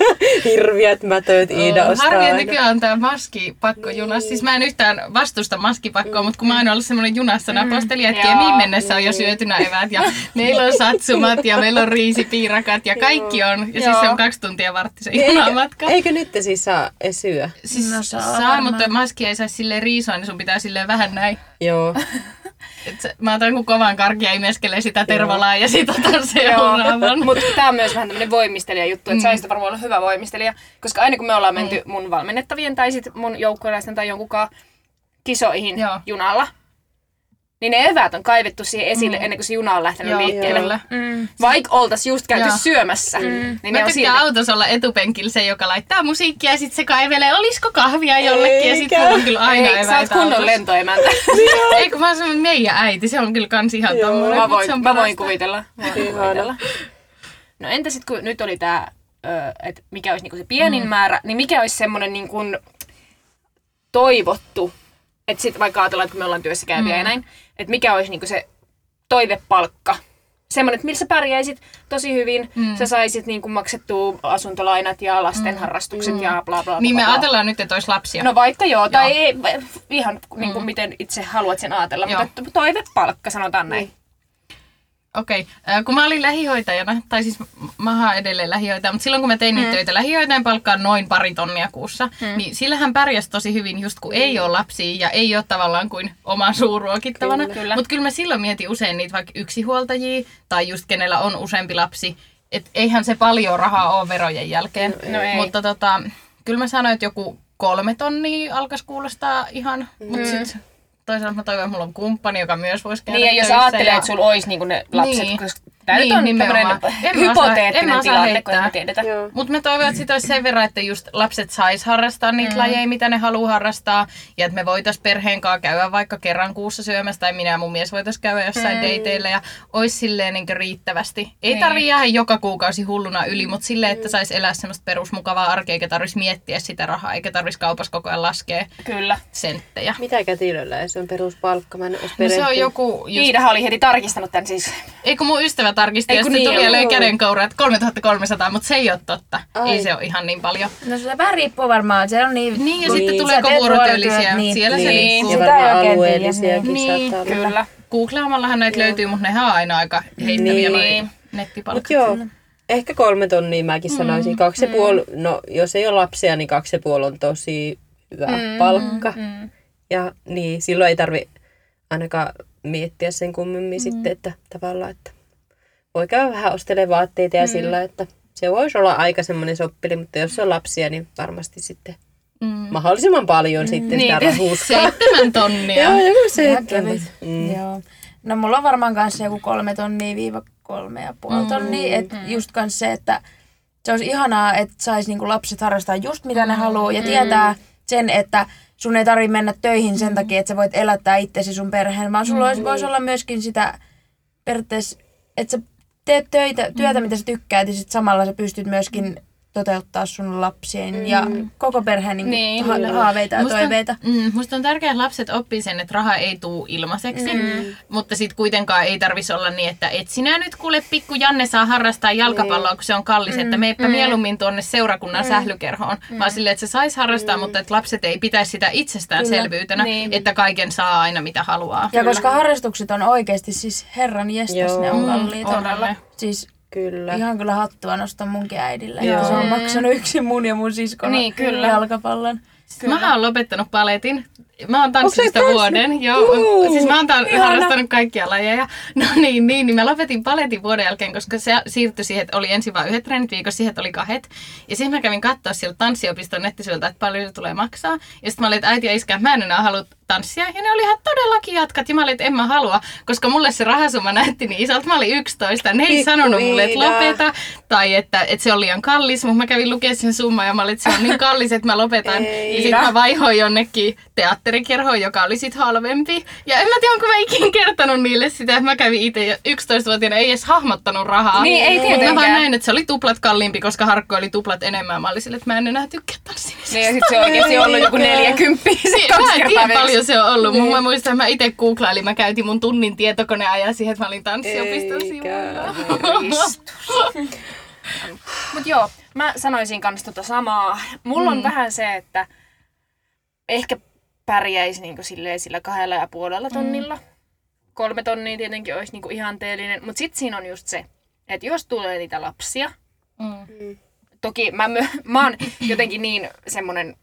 Speaker 2: Hirviät mätöt Iida ostaa
Speaker 3: Harvi
Speaker 2: aina.
Speaker 3: nykyään on tämä maskipakko niin. junassa. Siis mä en yhtään vastusta maskipakkoa, mutta kun mä oon ollut semmoinen junassa naposteli, että
Speaker 4: Mm. Joo. Niin.
Speaker 3: kemiin mennessä on jo syötynä eväät ja meillä on satsumat ja meillä on riisipiirakat ja kaikki on. Ja siis se on
Speaker 4: Joo.
Speaker 3: kaksi tuntia vartti se junamatka.
Speaker 2: Eikö, eikö nyt te siis saa esyä?
Speaker 3: Siis
Speaker 1: No saa
Speaker 3: saa,
Speaker 1: varmaan.
Speaker 3: mutta maskia ei saa silleen riisua, niin sun pitää silleen vähän näin.
Speaker 2: Joo.
Speaker 3: Et se, mä otan kun kovan karkia imeskelee sitä tervalaa ja sit otan seuraavan.
Speaker 4: Mutta tämä on myös vähän tämmöinen voimistelijajuttu, että
Speaker 3: Mm.
Speaker 4: saisi varmaan olla hyvä voimistelija, koska aina kun me ollaan menty mun valmennettavien tai sit mun joukkueläisten tai jonkunkaan kisoihin
Speaker 3: Joo.
Speaker 4: junalla, niin ne eväät on kaivettu siihen esille ennen kuin se juna on lähtenyt
Speaker 3: Mm. Joo,
Speaker 4: liikkeelle.
Speaker 3: kyllä.
Speaker 1: Mm.
Speaker 4: Vaikka oltaisiin just käyty
Speaker 3: Joo. Mm.
Speaker 4: syömässä, niin
Speaker 3: Mä
Speaker 4: ne on
Speaker 3: tykkään
Speaker 4: silti.
Speaker 3: autossa olla etupenkillä se, joka laittaa musiikkia ja sit se kaivelee, olisiko kahvia jollekin ja sit
Speaker 2: Eikä.
Speaker 3: mulla on kyllä aina
Speaker 4: Ei, sä oot
Speaker 3: eväitä
Speaker 4: kunnon
Speaker 3: autossa.
Speaker 4: lentoemäntä.
Speaker 3: Ei kun mä oon semmonen meidän äiti, se on kyllä kans ihan tommonen.
Speaker 4: mä
Speaker 3: mut
Speaker 4: voin,
Speaker 3: se on
Speaker 4: mä voin
Speaker 3: parasta.
Speaker 4: kuvitella. Mä voin
Speaker 2: Ihana.
Speaker 4: kuvitella. No entä sitten kun nyt oli tämä, että mikä olisi niinku se pienin mm. määrä, niin mikä olisi semmoinen niinku toivottu, että sitten vaikka ajatellaan, että me ollaan työssä käyviä mm. ja näin, että mikä olisi niinku se toivepalkka, semmoinen, että millä sä pärjäisit tosi hyvin, mm. sä saisit niinku maksettua asuntolainat ja lasten mm. harrastukset mm. ja bla bla bla.
Speaker 3: Niin me
Speaker 4: bla.
Speaker 3: ajatellaan nyt, että olisi lapsia.
Speaker 4: No vaikka joo, tai ei, ihan niinku miten itse haluat sen ajatella,
Speaker 3: Joo.
Speaker 4: mutta toivepalkka sanotaan näin.
Speaker 3: Okei, okay. kun mä olin lähihoitajana, tai siis mä oon edelleen lähihoitaja, mutta silloin kun mä tein
Speaker 4: Mm.
Speaker 3: niitä töitä, lähihoitajan palkkaan noin pari tonnia kuussa, niin sillähän pärjäsi tosi hyvin just kun
Speaker 4: Niin.
Speaker 3: ei ole lapsia ja ei ole tavallaan kuin oma suuruokittavana.
Speaker 4: Kyllä, kyllä.
Speaker 3: Mutta kyllä mä silloin mietin usein niitä vaikka yksihuoltajia tai just kenellä on useampi lapsi, että eihän se paljon rahaa ole verojen jälkeen.
Speaker 4: No ei.
Speaker 3: Mutta tota, kyllä mä sanoin, että joku kolme tonnia alkaisi kuulostaa ihan, mutta sitten toisaalta mä toivon, että mulla on kumppani, joka myös voisi käydä
Speaker 4: Mm. Niin, ja jos
Speaker 3: töissä
Speaker 4: ajattelee, että sulla olisi niinku ne lapset,
Speaker 3: Niin.
Speaker 4: niin. koska Tämä niin, nyt on
Speaker 3: nimenomaan.
Speaker 4: nimenomaan.
Speaker 3: En mä osaa- en mä
Speaker 4: hypoteettinen
Speaker 3: osaa
Speaker 4: tilanne, kun ei
Speaker 3: heittää.
Speaker 4: me tiedetä.
Speaker 2: Joo.
Speaker 3: Mutta me toivon, että sit olisi sen verran, että just lapset sais harrastaa niitä mm. lajeja, mitä ne haluaa harrastaa. Ja että me voitais perheen kanssa käydä vaikka kerran kuussa syömässä, tai minä ja mun mies voitais käydä jossain mm. dateilla. Ja olisi silleen niin riittävästi. Ei niin. tarvi jäädä joka kuukausi hulluna yli, mutta silleen, että sais elää semmoista perusmukavaa arkea, eikä tarvis miettiä sitä rahaa, eikä tarvis kaupassa koko ajan laskea
Speaker 4: Kyllä.
Speaker 3: senttejä.
Speaker 2: Mitä kätilöllä ei? Se on peruspalkka. Mä en olisi
Speaker 3: No se on
Speaker 2: perehtynyt.
Speaker 3: joku... Just,
Speaker 4: Iidahan oli heti tarkistanut tämän siis.
Speaker 3: ei kun mun ystävä tarkisti,
Speaker 4: Ei
Speaker 3: ja
Speaker 4: kun
Speaker 3: sitten
Speaker 4: niin,
Speaker 3: tuli ja löi
Speaker 2: joo.
Speaker 3: kädenkoura, että 3300, mutta se ei ole totta.
Speaker 2: Ai.
Speaker 3: Ei se ole ihan niin paljon.
Speaker 1: No se vähän riippuu varmaan, se on niin...
Speaker 3: Niin, ja
Speaker 1: Sä
Speaker 3: sitten
Speaker 1: teet
Speaker 3: tuleeko vuorotyöllisiä,
Speaker 1: niin.
Speaker 3: siellä se
Speaker 4: Niin.
Speaker 3: liikkuu.
Speaker 2: Ja
Speaker 1: Sitä ei
Speaker 2: varmaan
Speaker 1: oikein tiedä,
Speaker 2: alueellisiakin
Speaker 3: niin. Niin,
Speaker 2: saattaa olla.
Speaker 4: Kyllä.
Speaker 3: Googlaamallahan näitä löytyy, mutta nehän on aina aika heittäviä niin.
Speaker 2: Mut
Speaker 3: nettipalkat.
Speaker 2: joo, ehkä kolme tonnia mäkin
Speaker 3: Mm,
Speaker 2: sanoisin. Kaksi ja puoli, no jos ei ole lapsia, niin kaksi ja puoli on tosi hyvä
Speaker 3: Mm,
Speaker 2: palkka. Ja niin, silloin ei tarvi ainakaan miettiä sen
Speaker 3: Mm.
Speaker 2: kummemmin sitten, että tavallaan, että voi käydä vähän ostelemaan vaatteita ja
Speaker 3: Mm.
Speaker 2: sillä, että se voisi olla aika semmoinen soppili, mutta jos on lapsia, niin varmasti sitten
Speaker 3: Mm.
Speaker 2: mahdollisimman paljon sitten sitä
Speaker 4: Niin.
Speaker 2: rahuuskaa.
Speaker 3: Seitsemän tonnia.
Speaker 2: Joo, joku se.
Speaker 1: Mm. Joo. No mulla on varmaan kanssa joku kolme tonnia viiva kolme ja puoli tonnia. Et just kans se, että se olisi ihanaa, että sais niinku lapset harrastaa just mitä ne haluaa ja tietää sen, että sun ei tarvi mennä töihin sen takia, että sä voit elättää itsesi sun perheen, vaan sulla mm. voisi olla myöskin sitä periaatteessa, että sä teet töitä, työtä, mitä sä tykkäät ja sit samalla sä pystyt myöskin toteuttaa sun lapsien ja koko perheen niinku
Speaker 4: Niin,
Speaker 1: ha- haaveita ja toiveita.
Speaker 3: Mm, musta on tärkeää, että lapset oppii sen, että raha ei tuu ilmaiseksi, mm. mutta sitten kuitenkaan ei tarvitsisi olla niin, että et sinä nyt kuule pikku Janne saa harrastaa jalkapalloa, kun se on kallis, mm. että meipä mm. mieluummin tuonne seurakunnan mm. sählykerhoon, mm. vaan silleen, että se saisi harrastaa, mm. mutta että lapset ei pitäisi sitä itsestäänselvyytenä, niin. että kaiken saa aina mitä haluaa.
Speaker 1: Ja koska harrastukset on oikeasti siis herran jestas,
Speaker 2: Joo.
Speaker 1: ne on
Speaker 3: Mm,
Speaker 1: kalliita.
Speaker 3: on ne.
Speaker 1: Siis
Speaker 2: Kyllä.
Speaker 1: ihan kyllä hattua nostan munkin äidille.
Speaker 3: Joo.
Speaker 1: Joo. Se on maksanut yksin mun ja mun siskon
Speaker 4: Niin, kyllä.
Speaker 1: jalkapallon.
Speaker 3: Kyllä. Mä oon lopettanut paletin. Mä oon tanssimista
Speaker 2: Onko se
Speaker 3: vuoden. Joo,
Speaker 2: Juu,
Speaker 3: siis mä oon tan- harrastanut kaikkia lajeja. No niin, niin, niin mä lopetin paletin vuoden jälkeen, koska se siirtyi siihen, että oli ensin vain yhdet treenit viikossa, siihen että oli kahdet. Ja sitten mä kävin katsoa sieltä tanssiopiston nettisivuilta, että paljon se tulee maksaa. Ja sitten mä olin, että äiti ja iskä, mä en enää halua tanssia. Ja ne oli ihan todellakin jatkat. Ja mä olin, että en mä halua, koska mulle se rahasumma näytti niin isolta. Mä olin 11. Ne ei
Speaker 2: Pikku
Speaker 3: sanonut mulle, että
Speaker 2: Iida.
Speaker 3: lopeta lopeta, tai että, että se on liian kallis, mutta mä kävin lukea sen summan ja mä olin, että se on niin kallis, että mä lopetan. ja sitten mä vaihoin jonnekin teatterikerhoon, joka oli sitten halvempi. Ja en mä tiedä, onko mä ikinä kertonut niille sitä, että mä kävin itse ja 11-vuotiaana, ei edes hahmottanut rahaa.
Speaker 4: Niin, ei
Speaker 3: Mut Mä vaan
Speaker 4: tietenkään.
Speaker 3: näin, että se oli tuplat kalliimpi, koska harkko oli tuplat enemmän. Mä olin sille, että mä en enää tykkää tanssimista.
Speaker 4: Niin, ja sitten se on oikeasti ollut joku neljäkymppiä se
Speaker 3: Niin, Mä
Speaker 4: kaksi
Speaker 3: en
Speaker 4: kertaa Niin. viikossa.
Speaker 3: tiedä paljon se on ollut, mutta mä muistan, että mä itse googlailin, mä käytin mun tunnin tietokoneajan siihen, että mä olin tanssiopiston sivuilla.
Speaker 4: Mut joo, mä sanoisin kans tota samaa. Mulla mm. on vähän se, että ehkä pärjäisi niinku silleen sillä kahdella ja puolella tonnilla. Mm. Kolme tonnia tietenkin olisi niinku ihanteellinen, mutta sitten siinä on just se, että jos tulee niitä lapsia,
Speaker 3: Mm.
Speaker 4: toki mä, my, mä oon jotenkin niin semmonen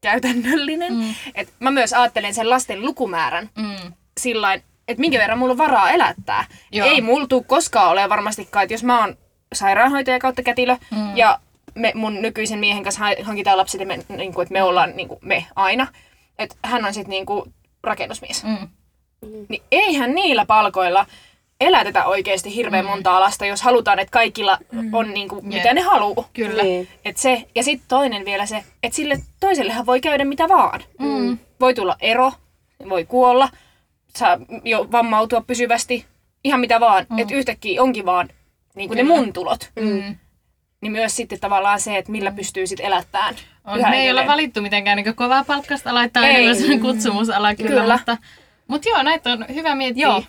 Speaker 4: käytännöllinen, mm. että mä myös ajattelen sen lasten lukumäärän
Speaker 3: Mm.
Speaker 4: sillain, että minkä verran mulla on varaa elättää.
Speaker 3: Joo.
Speaker 4: Joo. Ei mulla tuu koskaan ole varmastikaan, että jos mä oon sairaanhoitaja kautta kätilö mm. ja me, mun nykyisen miehen kanssa ha- hankitaan lapset ja me, niin kuin, että me ollaan niin kuin, me aina, että hän on sitten niin kuin, rakennusmies.
Speaker 3: Mm.
Speaker 4: Niin eihän niillä palkoilla elätetä oikeasti hirveän montaa lasta, jos halutaan, että kaikilla on niin kuin, mitä
Speaker 3: Jep.
Speaker 4: ne haluaa.
Speaker 3: Kyllä.
Speaker 2: Niin.
Speaker 4: Et se, ja sitten toinen vielä se, että sille toisellehan voi käydä mitä vaan. Mm. Voi tulla ero, voi kuolla, saa jo vammautua pysyvästi, ihan mitä vaan. Mm. Että yhtäkkiä onkin vaan niin kuin ne mun tulot.
Speaker 3: Mm.
Speaker 4: Niin myös sitten tavallaan se, että millä pystyy sitten elättämään.
Speaker 3: On,
Speaker 4: yhä
Speaker 3: me ei olla
Speaker 4: edelleen.
Speaker 3: valittu mitenkään niin kovaa palkkasta laittaa
Speaker 4: Ei.
Speaker 3: ei. sellainen kutsumusala kyllä, kyllä.
Speaker 4: Kyllä.
Speaker 3: mutta, mutta joo, näitä on hyvä miettiä. Joo.
Speaker 4: Joo.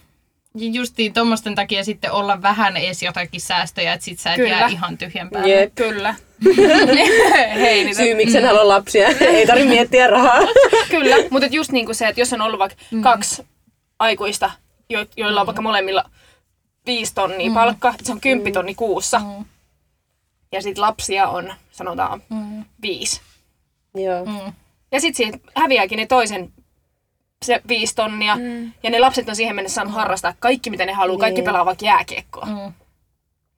Speaker 3: Justiin tuommoisten takia sitten olla vähän edes jotakin säästöjä, että sit sä et
Speaker 4: Kyllä.
Speaker 3: jää ihan tyhjän päälle.
Speaker 2: Jep.
Speaker 4: Kyllä. Hei, niin niitä.
Speaker 2: Syy, miksi en halua lapsia. ei tarvitse miettiä rahaa.
Speaker 4: Kyllä, mutta just niin kuin se, että jos on ollut vaikka mm. kaksi aikuista, jo, joilla on vaikka molemmilla viisi tonnia mm. palkka, että se on kymppi tonni kuussa. Mm. Ja sitten lapsia on, sanotaan, mm. viisi.
Speaker 2: Joo.
Speaker 1: Mm.
Speaker 3: mm.
Speaker 4: Ja sitten siihen häviääkin ne toisen se viisi tonnia. Mm. Ja ne lapset on siihen mennessä saanut harrastaa kaikki, mitä ne haluaa. Kaikki
Speaker 2: Niin.
Speaker 4: pelaa vaikka jääkiekkoa.
Speaker 3: Mm.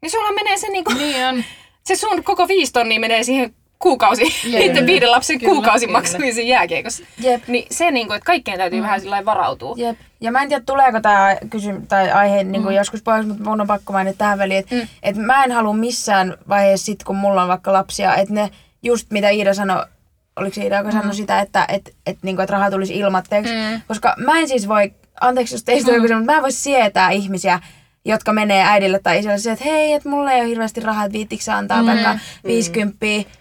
Speaker 4: Niin sulla menee se, niinku,
Speaker 3: Niin on.
Speaker 4: se sun koko viisi tonnia menee siihen kuukausi,
Speaker 3: Jep.
Speaker 4: niiden viiden lapsen
Speaker 3: Kyllä,
Speaker 4: kuukausimaksuihin siinä jääkiekossa.
Speaker 1: Jep.
Speaker 4: Niin se, niin kuin, että kaikkeen täytyy vähän sillä lailla varautua.
Speaker 1: Jep. Ja mä en tiedä, tuleeko tämä kysymys tai aihe niin kuin joskus pois, mutta mun on pakko mainita tähän väliin, että mm. et mä en halua missään vaiheessa sit, kun mulla on vaikka lapsia, että ne just mitä Iida sanoi, oliko se Iida, joka sanoi sitä, että et, et, niin kuin, et raha tulisi ilmatteeksi, mm. koska mä en siis voi, anteeksi jos teistä mm. mutta mä en voi sietää ihmisiä, jotka menee äidille tai isälle se, että hei, että mulla ei ole hirveästi rahaa, että viittikö sä antaa mm. vaikka 50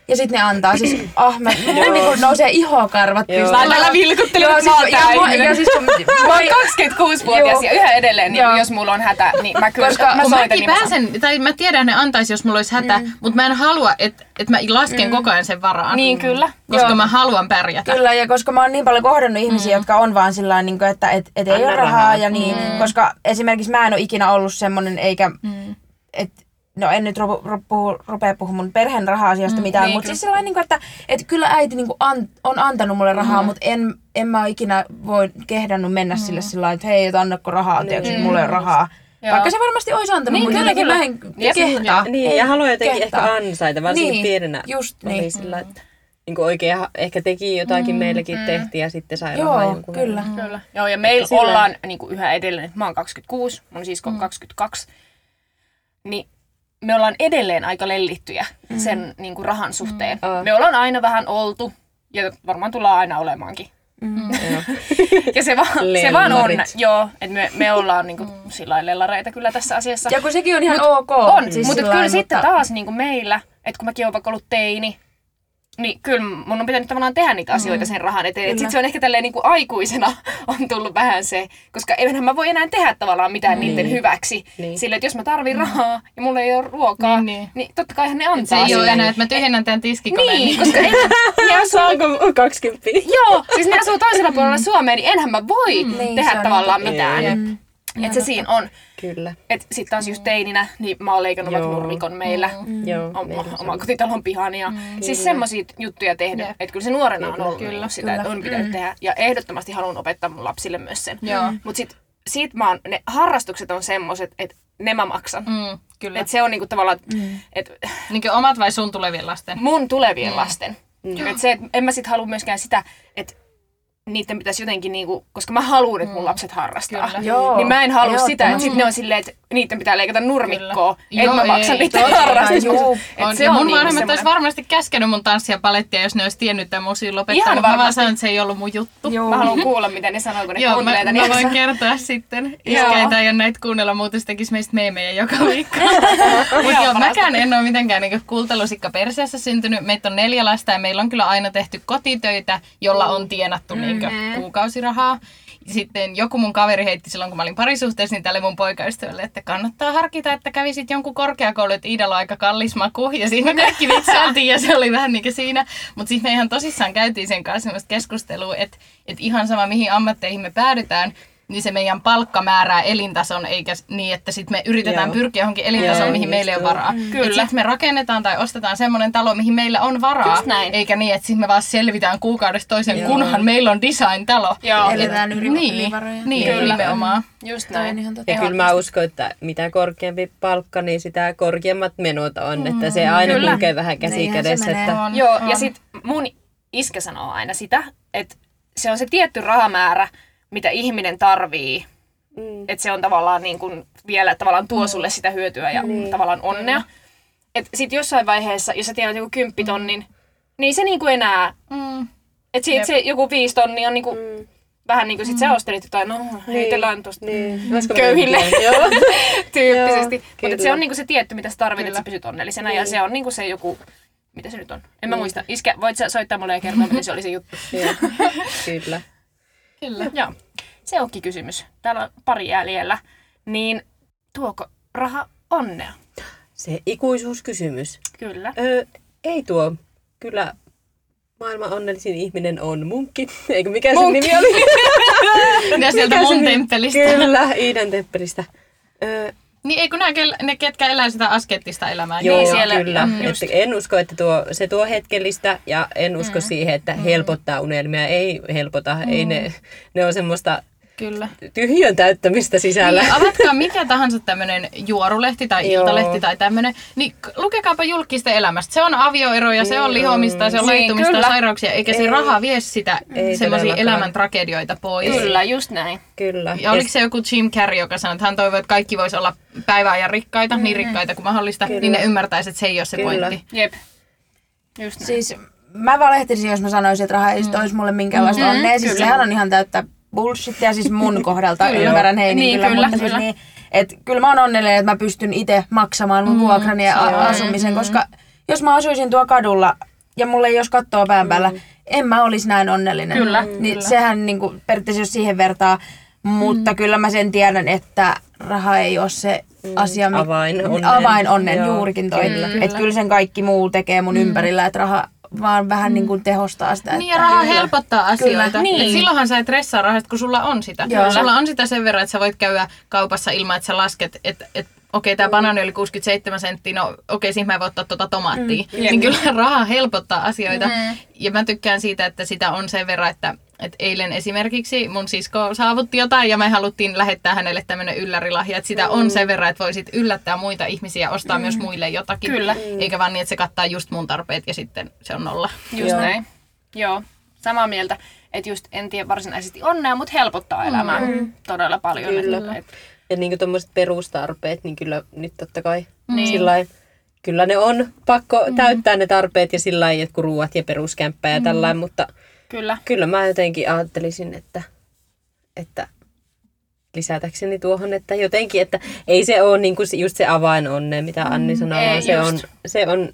Speaker 1: ja sitten ne antaa. Siis, ah, mä, mulla niinku nousee ihokarvat pystyyn.
Speaker 4: Mä tällä vilkuttelen,
Speaker 1: Joo,
Speaker 4: että mä oon
Speaker 1: siis-
Speaker 4: tää
Speaker 1: ja mua-
Speaker 4: ihminen.
Speaker 1: ja siis kun-
Speaker 4: Mä
Speaker 1: voi-
Speaker 4: oon 26-vuotias ja
Speaker 1: Joo.
Speaker 4: yhä edelleen, niin
Speaker 1: Joo.
Speaker 4: jos mulla on hätä, niin mä kyllä,
Speaker 1: Koska
Speaker 4: mä
Speaker 3: kun
Speaker 4: soitan,
Speaker 3: mäkin
Speaker 4: niin mä saan.
Speaker 3: pääsen, tai mä tiedän, ne antaisi, jos mulla olisi hätä, mm. mutta mä en halua, että et mä lasken mm. koko ajan sen varaan.
Speaker 4: Niin, kyllä.
Speaker 3: Koska
Speaker 1: Joo.
Speaker 3: mä haluan pärjätä.
Speaker 1: Kyllä, ja koska mä oon niin paljon kohdannut ihmisiä,
Speaker 4: Mm.
Speaker 1: jotka on vaan sillä lailla, niin kuin, että et, et ei
Speaker 2: Anna
Speaker 1: ole rahaa,
Speaker 2: rahaa.
Speaker 1: ja niin, koska esimerkiksi mä en ole ikinä ollut semmoinen, eikä, mm. et, no en nyt rupu, rupu, rupea puhumaan mun perheen raha-asiasta mm, mitään,
Speaker 4: niin,
Speaker 1: mutta
Speaker 4: kyllä.
Speaker 1: siis sellainen, niin kuin, että et kyllä äiti niin kuin an, on antanut mulle rahaa, mm. mutta en, en mä ole ikinä voi kehdannut mennä mm. sille sillä lailla, että hei, et annako rahaa, niin. tiedätkö, mm. mulla ei ole rahaa.
Speaker 4: Joo.
Speaker 1: Vaikka se varmasti olisi antanut,
Speaker 4: Niin,
Speaker 1: mutta
Speaker 4: kyllä,
Speaker 1: jotenkin
Speaker 4: kyllä.
Speaker 1: mä en
Speaker 4: Jep.
Speaker 1: kehtaa.
Speaker 2: Niin,
Speaker 1: En
Speaker 2: ja haluaa jotenkin
Speaker 1: kehtaa.
Speaker 2: ehkä ansaita, varsinkin
Speaker 1: Niin,
Speaker 2: pienenä.
Speaker 1: just
Speaker 2: oli
Speaker 1: niin.
Speaker 2: Sillä, että, niin kuin oikein ha- ehkä teki jotakin, mm, meilläkin mm. tehtiin ja sitten sai rahaa
Speaker 1: Joo,
Speaker 2: jonkun
Speaker 1: kyllä.
Speaker 2: verran.
Speaker 4: Kyllä. Joo, ja meillä
Speaker 2: Sillä-
Speaker 4: ollaan niin kuin yhä edelleen, mä oon 26, mun sisko on 22, niin me ollaan edelleen aika lellittyjä sen niin kuin rahan suhteen.
Speaker 2: Joo.
Speaker 4: Me ollaan aina vähän oltu, ja varmaan tullaan aina olemaankin.
Speaker 2: Joo.
Speaker 4: Ja se vaan, se vaan on,
Speaker 2: Lellarit.
Speaker 4: joo, että me, me ollaan niin kuin, sillä lailla lellareita kyllä tässä asiassa.
Speaker 1: Ja kun sekin on ihan ok.
Speaker 4: On, siis mutta
Speaker 1: sillä
Speaker 4: kyllä
Speaker 1: lailla,
Speaker 4: sitten taas niin kuin meillä, että kun mäkin olen vaikka ollut teini, niin kyllä mun on pitänyt tavallaan tehdä niitä asioita sen rahan eteen. Et
Speaker 1: Kyllä.
Speaker 4: sit se on ehkä tälleen niin kuin aikuisena on tullut vähän se, koska eihän mä voi enää tehdä tavallaan mitään niin. niiden hyväksi. Niin.
Speaker 2: Niin.
Speaker 4: Sillä, että jos mä tarvin rahaa ja mulla ei ole ruokaa, niin,
Speaker 3: Niin,
Speaker 4: niin.
Speaker 3: niin.
Speaker 4: niin totta kai ne antaa
Speaker 3: Se ei ole
Speaker 4: sille.
Speaker 3: enää, että mä tyhjennän tämän tiskikoneen.
Speaker 4: Niin, koska en, ne asuu,
Speaker 2: Saanko 20?
Speaker 4: joo, siis ne asuu toisella puolella Suomea, niin enhän mä voi mm.
Speaker 1: Niin,
Speaker 4: tehdä
Speaker 1: se on
Speaker 4: tavallaan
Speaker 2: niin.
Speaker 4: mitään.
Speaker 2: Jep.
Speaker 4: Mm. Että se siinä on.
Speaker 2: Kyllä.
Speaker 4: Et sit taas just teininä, niin mä oon leikannut vaikka
Speaker 2: Joo.
Speaker 4: nurmikon meillä.
Speaker 1: Mm.
Speaker 2: Joo, meillä
Speaker 4: oma,
Speaker 2: on sama.
Speaker 4: oma kotitalon pihan ja mm, siis semmoisia juttuja tehnyt,
Speaker 3: Jep.
Speaker 4: että kyllä se nuorena on ollut
Speaker 3: Kyllä, Mm.
Speaker 4: sitä, että on pitänyt tehdä ja ehdottomasti haluan opettaa mun lapsille myös sen.
Speaker 3: Joo.
Speaker 4: Mutta sit, sit mä oon, ne harrastukset on semmoiset, että ne mä maksan. Mm.
Speaker 3: Mm, kyllä.
Speaker 4: Et se on niinku tavallaan, että
Speaker 3: Niin omat vai sun tulevien lasten?
Speaker 4: mun
Speaker 3: Niin.
Speaker 4: tulevien lasten. Et se, et en mä sit halua myöskään sitä, että niiden pitäisi jotenkin, niinku, koska mä haluan, että mun lapset harrastaa.
Speaker 3: Mm. Kyllä.
Speaker 1: Joo.
Speaker 4: Niin mä en halua
Speaker 1: Joo,
Speaker 4: sitä, että
Speaker 1: tämä-
Speaker 4: sit ne on silleen, että niiden pitää leikata nurmikkoa,
Speaker 3: Kyllä.
Speaker 4: että
Speaker 3: Joo,
Speaker 4: mä maksan
Speaker 3: ei,
Speaker 4: niitä
Speaker 3: totta kai,
Speaker 4: harrastuksia.
Speaker 1: juu.
Speaker 4: Et
Speaker 3: On.
Speaker 4: se
Speaker 3: ja
Speaker 4: on
Speaker 3: mun
Speaker 4: niinku
Speaker 3: vanhemmat olisi
Speaker 4: semmoinen-
Speaker 3: varmasti käskenyt mun tanssia ja palettia, jos ne olisi tiennyt tämän musiin lopettaa,
Speaker 4: Ihan
Speaker 3: mutta mä vaan
Speaker 4: varmasti.
Speaker 3: sanoin, että se ei ollut mun juttu.
Speaker 1: Joo.
Speaker 4: Mä haluan kuulla, mitä ne sanoo, kun ne
Speaker 3: Joo, mä,
Speaker 4: kuuntelee tän
Speaker 3: mä
Speaker 4: jakson.
Speaker 3: voin kertoa sitten.
Speaker 4: Joo.
Speaker 3: Iskeitä ei ole näitä kuunnella, muuten se tekisi meistä meemejä joka viikko. Mutta joo,
Speaker 4: parasta.
Speaker 3: mäkään en ole mitenkään niin kultalusikka perseessä syntynyt. Meitä on neljä lasta ja meillä on kyllä aina tehty kotitöitä, jolla on tienattu
Speaker 2: Mm.
Speaker 3: niin kuukausirahaa. Sitten joku mun kaveri heitti silloin, kun mä olin parisuhteessa, niin tälle mun poikaystävälle, että kannattaa harkita, että kävisit jonkun korkeakoulu, että Iidalla on aika kallis maku. Ja siinä
Speaker 2: Mm.
Speaker 3: me kaikki vitsailtiin ja se oli vähän niin kuin siinä. Mutta sitten me ihan tosissaan käytiin sen kanssa semmoista keskustelua, että, että ihan sama mihin ammatteihin me päädytään, niin se meidän palkka määrää elintason, eikä s- niin, että sitten me yritetään
Speaker 2: Joo.
Speaker 3: pyrkiä johonkin elintasoon,
Speaker 2: Joo,
Speaker 3: mihin
Speaker 2: just
Speaker 3: meillä ei ole
Speaker 2: joo.
Speaker 3: varaa. Kyllä. Sitten Mm. me rakennetaan tai ostetaan semmoinen talo, mihin meillä on varaa,
Speaker 4: Just näin.
Speaker 3: eikä niin, että sitten me vaan selvitään kuukaudesta toiseen, kunhan meillä on design-talo.
Speaker 4: Joo.
Speaker 1: Eletään yli,
Speaker 3: Niin,
Speaker 1: ylivaroja.
Speaker 3: niin
Speaker 4: Kyllä.
Speaker 3: kyllä. nimenomaan.
Speaker 4: Just
Speaker 1: Toi on
Speaker 4: näin.
Speaker 1: ihan totta.
Speaker 2: Ja kyllä mä uskon, että mitä korkeampi palkka, niin sitä korkeammat menot on. Että se aina
Speaker 4: Kyllä.
Speaker 2: kulkee vähän käsi
Speaker 1: Mm, Niinhän se
Speaker 2: kädessä.
Speaker 1: menee.
Speaker 2: Että,
Speaker 3: On,
Speaker 4: Joo, ja
Speaker 3: on.
Speaker 4: sit mun iskä sanoo aina sitä, että se on se tietty rahamäärä, mitä ihminen tarvii. Mm. Että se on tavallaan niin kun vielä tavallaan tuo
Speaker 3: Mm.
Speaker 4: sulle sitä hyötyä ja mm. tavallaan onnea. Että sit jossain vaiheessa, jos sä tienat joku kymppitonnin, niin se niinku enää,
Speaker 3: Mm.
Speaker 4: että se, se joku viisi tonnia on niinku mm. vähän niinku sit
Speaker 3: Mm.
Speaker 4: sä ostelit jotain, no heitellään tosta
Speaker 2: niin. Olisiko
Speaker 4: Köyhille.
Speaker 2: meillä mitään? Joo.
Speaker 4: tyyppisesti.
Speaker 2: Joo,
Speaker 4: Mutta se
Speaker 2: kyllä.
Speaker 4: on niinku se tietty, mitä sä tarvit, että sä pysyt onnellisena. Ja se on niinku se joku, mitä se nyt on. En mä muista. Iskä, voit sä soittaa mulle ja kertoa, miten se oli se juttu.
Speaker 2: Joo, kyllä.
Speaker 3: Kyllä.
Speaker 4: Joo. Se onkin kysymys. Täällä on pari jäljellä. Niin tuoko raha onnea?
Speaker 2: Se ikuisuuskysymys.
Speaker 4: Kyllä.
Speaker 2: Öö, ei tuo. Kyllä maailman onnellisin ihminen on munkki. Eikö mikä sen nimi oli?
Speaker 3: Ja sieltä
Speaker 2: Mikä sen
Speaker 3: mun
Speaker 2: nimi-
Speaker 3: temppelistä.
Speaker 2: Kyllä, Iidan temppelistä. Öö,
Speaker 3: Niin eikö nämä, kel- ne ketkä elää sitä askettista elämää?
Speaker 2: Joo,
Speaker 3: niin-
Speaker 2: niin
Speaker 4: siellä-
Speaker 2: siellä, kyllä.
Speaker 4: mm, just.
Speaker 2: Että en usko, että tuo, se tuo hetkellistä
Speaker 3: Mm. Mm.
Speaker 2: ja en usko siihen, että helpottaa unelmia. Ei helpota, ei ne, ne on semmoista
Speaker 3: Kyllä.
Speaker 2: tyhjön täyttämistä sisällä.
Speaker 3: Niin, avatkaa mikä tahansa tämmöinen juorulehti tai
Speaker 2: Joo.
Speaker 3: iltalehti tai tämmöinen, niin k- lukekaapa julkista elämästä. Se on avioeroja, se on lihomista, se on
Speaker 4: Niin,
Speaker 3: laittomista ja
Speaker 4: kyllä.
Speaker 3: sairauksia, eikä se
Speaker 2: Ei.
Speaker 3: raha vie sitä
Speaker 2: Ei
Speaker 3: semmoisia
Speaker 2: todellakaan.
Speaker 3: elämän tragedioita pois.
Speaker 4: Kyllä, just näin.
Speaker 2: Kyllä.
Speaker 3: Ja oliko se joku Jim Carrey, joka sanoi, että hän toivoi, että kaikki voisi olla päiväajan rikkaita, niin rikkaita kuin mahdollista, niin ne ymmärtäisi, että se ei ole se
Speaker 2: Mm-hmm. Kyllä.
Speaker 3: pointti.
Speaker 4: Jep. Just näin.
Speaker 1: Siis mä valehtelisin, jos mä sanoisin, että raha ei mm. toisi mulle minkäänlaista mm. onnea. Siis sehän on ihan täyttä bullshittia siis mun kohdalta, ymmärrän hei, niin,
Speaker 4: Niin,
Speaker 1: kyllä,
Speaker 4: kyllä,
Speaker 1: mutta siis
Speaker 4: kyllä.
Speaker 1: niin, että kyllä mä oon onnellinen, että mä pystyn itse maksamaan mun vuokrani ja a- asumisen, koska jos mä asuisin tuo kadulla ja mulla ei olisi kattoa pään päällä, en mä olisi näin onnellinen.
Speaker 3: Kyllä,
Speaker 1: Niin sehän niin kuin, periaatteessa jos siihen vertaa, mutta kyllä mä sen tiedän, että raha ei ole se asia, mi-
Speaker 2: Mm. Avain onnen.
Speaker 1: avain onnen
Speaker 2: Joo,
Speaker 1: juurikin toi. Että kyllä sen kaikki muu tekee mun ympärillä, että raha vaan vähän niin kuin tehostaa sitä.
Speaker 3: Niin, ja
Speaker 1: että...
Speaker 3: raha helpottaa asioita.
Speaker 4: Niin.
Speaker 3: Et silloinhan sä et stressaa rahasta, kun sulla on sitä.
Speaker 1: Joo.
Speaker 3: Sulla on sitä sen verran, että sä voit käydä kaupassa ilman, että sä lasket, että et, okei, tämä banaani oli 67 senttiä, no okei, siinä mä en voi ottaa tuota tomaattia. Mm. Niin kyllä raha helpottaa asioita. Mm. Ja mä tykkään siitä, että sitä on sen verran, että et eilen esimerkiksi mun sisko saavutti jotain ja me haluttiin lähettää hänelle tämmöinen yllärilahja. Että sitä mm. on sen verran, että voisit yllättää muita ihmisiä ja ostaa mm. myös muille jotakin.
Speaker 4: Kyllä.
Speaker 3: Eikä vaan niin, että se kattaa just mun tarpeet ja sitten se on nolla.
Speaker 4: Just
Speaker 2: Joo.
Speaker 4: Joo. näin. Joo, samaa mieltä. Että just en tiedä varsinaisesti onnea, mutta helpottaa elämää mm. todella paljon.
Speaker 2: Kyllä.
Speaker 4: Et, et,
Speaker 2: Ja niin tuommoiset perustarpeet, niin kyllä nyt totta kai
Speaker 4: Niin. Mm-hmm.
Speaker 2: niin. sillain, kyllä ne on pakko mm. täyttää ne tarpeet ja sillä lailla, että kun ruuat ja peruskämppä ja mm. tällainen, mutta
Speaker 4: kyllä.
Speaker 2: kyllä mä jotenkin ajattelisin, että, että lisätäkseni tuohon, että jotenkin, että ei se ole niin kuin just se avain onne, mitä Anni sanoi,
Speaker 4: Mm-hmm. ei
Speaker 2: vaan se
Speaker 4: just.
Speaker 2: on, se on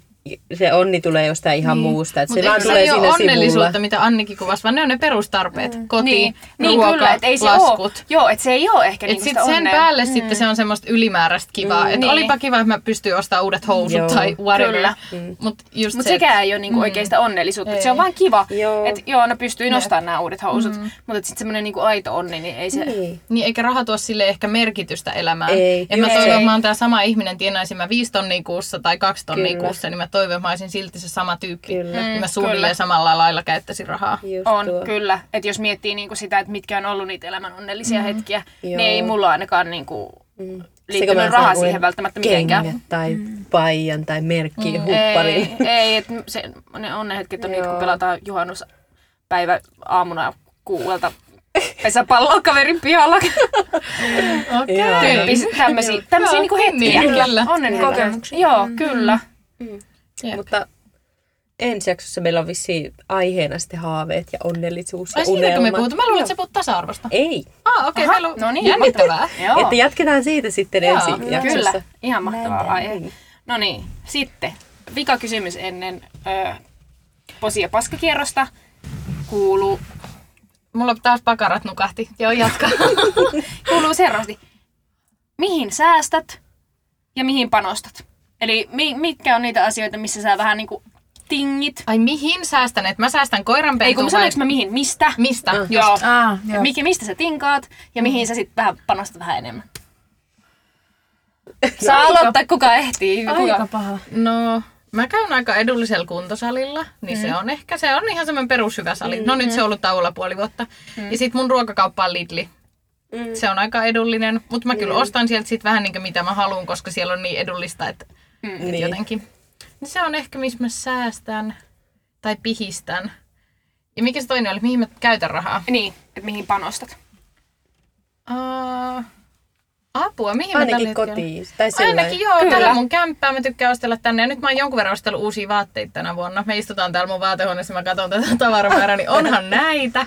Speaker 2: se onni tulee jostain ihan niin. muusta. Että
Speaker 3: Mutta
Speaker 2: se
Speaker 3: se,
Speaker 2: vaan
Speaker 3: se
Speaker 2: tulee
Speaker 3: ei ole
Speaker 2: siinä
Speaker 3: onnellisuutta,
Speaker 2: sivulla.
Speaker 3: mitä Annikin kuvasi, vaan ne on ne perustarpeet. Mm. Koti,
Speaker 4: Niin, niin
Speaker 3: ruoka,
Speaker 4: kyllä, että ei se
Speaker 3: laskut.
Speaker 4: oo. Joo, että se ei ole ehkä
Speaker 3: Et
Speaker 4: niinku
Speaker 3: sit
Speaker 4: sitä
Speaker 3: sen
Speaker 4: onnea.
Speaker 3: päälle mm. sitten se on semmoista ylimääräistä kivaa. Mm. Että
Speaker 4: Niin.
Speaker 3: olipa kiva, että mä pystyn ostamaan uudet housut
Speaker 2: Joo.
Speaker 3: tai whatever.
Speaker 4: Kyllä.
Speaker 3: Mm. Mutta just
Speaker 4: Mutta
Speaker 3: se, mm. että-
Speaker 4: sekään ei ole niinku oikeista onnellisuutta. mut Se on vaan kiva,
Speaker 2: Joo.
Speaker 4: että joo, no pystyin ostamaan nämä uudet housut.
Speaker 3: Mm.
Speaker 4: Mutta sitten semmoinen niinku aito onni, niin ei se...
Speaker 2: Niin.
Speaker 3: Niin eikä raha tuo sille ehkä merkitystä elämään.
Speaker 2: Ei,
Speaker 3: en mä
Speaker 2: just
Speaker 3: toivo,
Speaker 2: ei.
Speaker 3: että mä oon tää sama ihminen, tienaisin mä viisi tonnia kuussa tai kaksi tonnia
Speaker 2: Kyllä.
Speaker 3: kuussa, niin mä toivon, että mä olisin silti se sama tyyppi.
Speaker 2: Kyllä.
Speaker 3: Niin mä
Speaker 4: Mm,
Speaker 3: suunnilleen
Speaker 4: kyllä.
Speaker 3: samalla lailla käyttäisin rahaa.
Speaker 2: Just
Speaker 4: On,
Speaker 2: tuo.
Speaker 4: kyllä. Että jos miettii niinku sitä, että mitkä on ollut niitä elämän onnellisia
Speaker 3: Mm.
Speaker 4: hetkiä,
Speaker 2: Joo.
Speaker 4: niin ei mulla ainakaan niinku
Speaker 2: Mm. Sekö mä
Speaker 4: liittynyt
Speaker 2: en
Speaker 4: rahaa
Speaker 2: saa
Speaker 4: siihen
Speaker 2: uuden
Speaker 4: välttämättä mitenkään.
Speaker 2: Kengät tai
Speaker 3: Mm.
Speaker 2: paijan tai merkki mm. hupparin.
Speaker 4: Ei, ei et se, ne on ne hetket on niitä, kun
Speaker 2: Joo.
Speaker 4: pelataan juhannuspäivä aamuna kuuelta pesäpalloa kaverin pihalla.
Speaker 3: Okei.
Speaker 2: Joo.
Speaker 4: Niin. Tämmöisiä, tämmöisiä
Speaker 3: Niin. Joo,
Speaker 4: Siis niinku hetkiä.
Speaker 3: niin, kyllä.
Speaker 4: Onnen
Speaker 1: Kokemuksia.
Speaker 4: Joo, kyllä.
Speaker 3: Jep.
Speaker 2: Mutta ensi jaksossa meillä on vissiin aiheena sitten haaveet ja onnellisuus ja
Speaker 3: Ai siitäkö me
Speaker 2: unelmat.
Speaker 3: puhutaan? Mä luulen, että se puhut tasa-arvosta.
Speaker 2: Ei.
Speaker 3: Ah, okei,
Speaker 4: Aha,
Speaker 3: okay,
Speaker 4: no niin,
Speaker 3: jännittävää.
Speaker 4: Joo.
Speaker 2: Että jatketaan siitä sitten
Speaker 3: Joo,
Speaker 2: ensi
Speaker 3: kyllä.
Speaker 2: jaksossa.
Speaker 4: Kyllä, ihan mahtava
Speaker 1: Näin,
Speaker 4: aihe. No niin, sitten vika kysymys ennen ö, posi- ja paskakierrosta kuuluu,
Speaker 3: Mulla taas pakarat nukahti. Joo, jatka.
Speaker 4: kuuluu seuraavasti. Mihin säästät ja mihin panostat? Eli mi- mitkä on niitä asioita, missä sä vähän niinku tingit?
Speaker 3: Ai mihin säästän? Et mä säästän koiranpentuun
Speaker 4: Ei kun sanoinko mä mihin, mistä?
Speaker 3: Mistä?
Speaker 2: Mm.
Speaker 3: Just.
Speaker 4: Joo.
Speaker 1: Ah, joo.
Speaker 4: Mik, mistä sä tinkaat ja mihin sä sitten vähän panostat vähän enemmän? Saa aloittaa, kuka ehtii.
Speaker 1: Aika
Speaker 4: Kuka?
Speaker 1: paha.
Speaker 3: No, mä käyn aika edullisella kuntosalilla, niin
Speaker 4: Mm.
Speaker 3: se on ehkä, se on ihan semmoinen perushyvä sali. No nyt se on ollut tauolla puoli vuotta.
Speaker 4: Mm.
Speaker 3: Ja sit mun ruokakauppa on Lidli. Se on aika edullinen, mutta mä kyllä
Speaker 4: Mm.
Speaker 3: ostan sieltä sit vähän niin mitä mä haluan, koska siellä on niin edullista, että
Speaker 4: Mm.
Speaker 2: Niin.
Speaker 3: niin. jotenkin. Niin se on ehkä, missä mä säästän tai pihistän. Ja mikä se toinen oli, mihin mä käytän rahaa?
Speaker 4: Niin, että mihin panostat.
Speaker 3: Uh, apua, mihin mä tällä
Speaker 2: Ainakin
Speaker 3: hetkellä-
Speaker 2: kotiin. Tai
Speaker 3: Ainakin
Speaker 2: jo.
Speaker 3: joo, Kyllä.
Speaker 4: Kyllä.
Speaker 3: täällä on mun kämppää, mä tykkään ostella tänne. Ja nyt mä oon jonkun verran ostellut uusia vaatteita tänä vuonna. Me istutaan täällä mun vaatehuoneessa, mä katson tätä tavaramäärää, niin onhan näitä.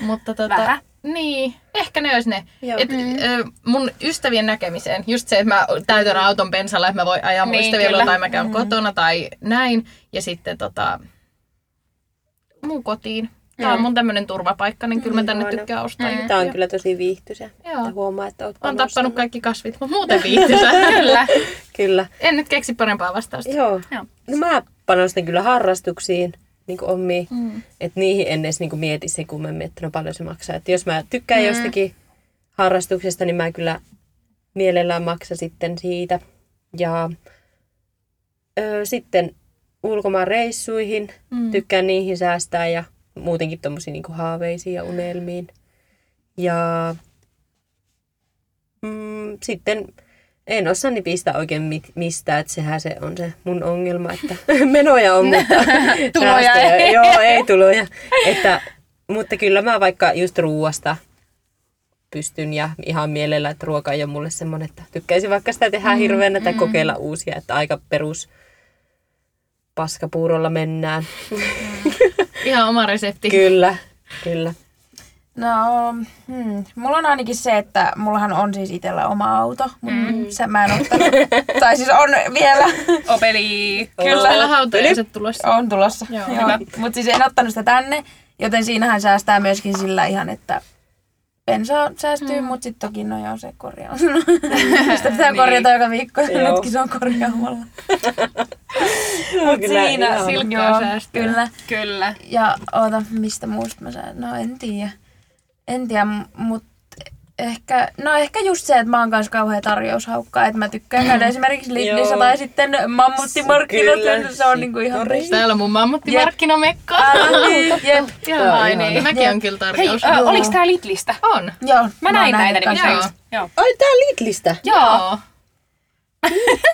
Speaker 3: Mutta tota,
Speaker 4: Vähän. Mm.
Speaker 3: Niin, ehkä ne olisi ne.
Speaker 2: Joo.
Speaker 3: Et, ö, mun ystävien näkemiseen, just se, että mä täytän auton bensalla, että mä voin ajaa mun
Speaker 4: Niin,
Speaker 3: ystävien
Speaker 4: kyllä.
Speaker 3: luo, tai mä
Speaker 2: Mm.
Speaker 3: käyn kotona tai näin. Ja sitten tota, mun kotiin. Tää on mun tämmönen turvapaikka, niin kyllä mä tänne
Speaker 2: Ihana.
Speaker 3: tykkään ostaa
Speaker 4: Mm.
Speaker 3: juttuja.
Speaker 2: Tämä on kyllä tosi viihtyisä.
Speaker 3: Joo.
Speaker 2: Että Huomaa, että oot
Speaker 3: On
Speaker 2: panostanut.
Speaker 3: tappanut kaikki kasvit, mutta muuten viihtyisä.
Speaker 4: Kyllä.
Speaker 2: Kyllä.
Speaker 3: En nyt keksi parempaa vastausta.
Speaker 2: Joo.
Speaker 4: Joo.
Speaker 2: No mä panostan kyllä harrastuksiin, niin kuin omiin. Mm. Että niihin en edes niin kuin mieti sen kummemmin, että no paljon se maksaa. Että jos mä tykkään mm. jostakin harrastuksesta, niin mä kyllä mielellään maksa sitten siitä. Ja ö, sitten ulkomaan reissuihin, mm. tykkään niihin säästää ja muutenkin tommosiin niin kuin haaveisiin ja niinku unelmiin. Ja mm, sitten en osaa nipistä oikein mit, mistään, että sehän se on se mun ongelma, että menoja on, mutta
Speaker 4: Tuloja
Speaker 2: säästöjä-
Speaker 4: ei.
Speaker 2: Joo, ei tuloja. Että, mutta kyllä mä vaikka just ruuasta pystyn ja ihan mielellä, että ruoka ei ole mulle semmoinen, että tykkäisin vaikka sitä tehdä
Speaker 4: Mm,
Speaker 2: hirveänä tai kokeilla uusia, että aika perus paskapuurolla mennään.
Speaker 3: Ihan oma resepti.
Speaker 2: kyllä, kyllä.
Speaker 1: No, hmm. mulla on ainakin se, että mullahan on siis itsellä oma auto, mutta mm. se mä en ottanut. tai siis on vielä,
Speaker 4: Oh, Opeli.
Speaker 3: Kyllä. Meillä hautajaiset tulossa.
Speaker 1: on tulossa.
Speaker 3: Joo.
Speaker 1: Mutta siis en ottanut sitä tänne, joten siinähän säästää myöskin sillä ihan, että bensaa säästyy, mm. mutta sitten toki no joo, se korjaus. sitä pitää
Speaker 3: Niin.
Speaker 1: korjata joka viikko, ja
Speaker 2: Joo.
Speaker 1: nytkin se on korjaamalla.
Speaker 2: Mut
Speaker 1: Siinä
Speaker 3: Silkkaa
Speaker 1: joo,
Speaker 3: säästöä.
Speaker 1: Kyllä.
Speaker 4: Kyllä.
Speaker 1: Ja oota, mistä muusta mä saan? No en tiedä. En tiedä, mutta ehkä, no ehkä just se, että mä oon kanssa kauhean tarjoushaukkaa, että mä tykkään käydä esimerkiksi Lidlissä
Speaker 2: Joo.
Speaker 1: tai sitten mammuttimarkkinoilla,
Speaker 2: Kyllä,
Speaker 1: se on niinku ihan
Speaker 2: Siktori.
Speaker 1: risti.
Speaker 3: Täällä on mun mammattimarkkinamekka.
Speaker 1: Älä niin, jep.
Speaker 3: Joo, ai niin.
Speaker 2: ihana.
Speaker 3: Mäkin on
Speaker 4: Hei,
Speaker 3: kyllä tarjous.
Speaker 4: äh,
Speaker 1: Joo.
Speaker 4: oliko tää Lidlistä?
Speaker 3: On.
Speaker 1: Joo,
Speaker 4: Mä
Speaker 1: oon
Speaker 4: näin näitä
Speaker 1: nähnyt kanssa.
Speaker 4: nimittäin
Speaker 3: joo.
Speaker 4: just. Joo.
Speaker 2: Ai tää Lidlistä.
Speaker 4: Joo.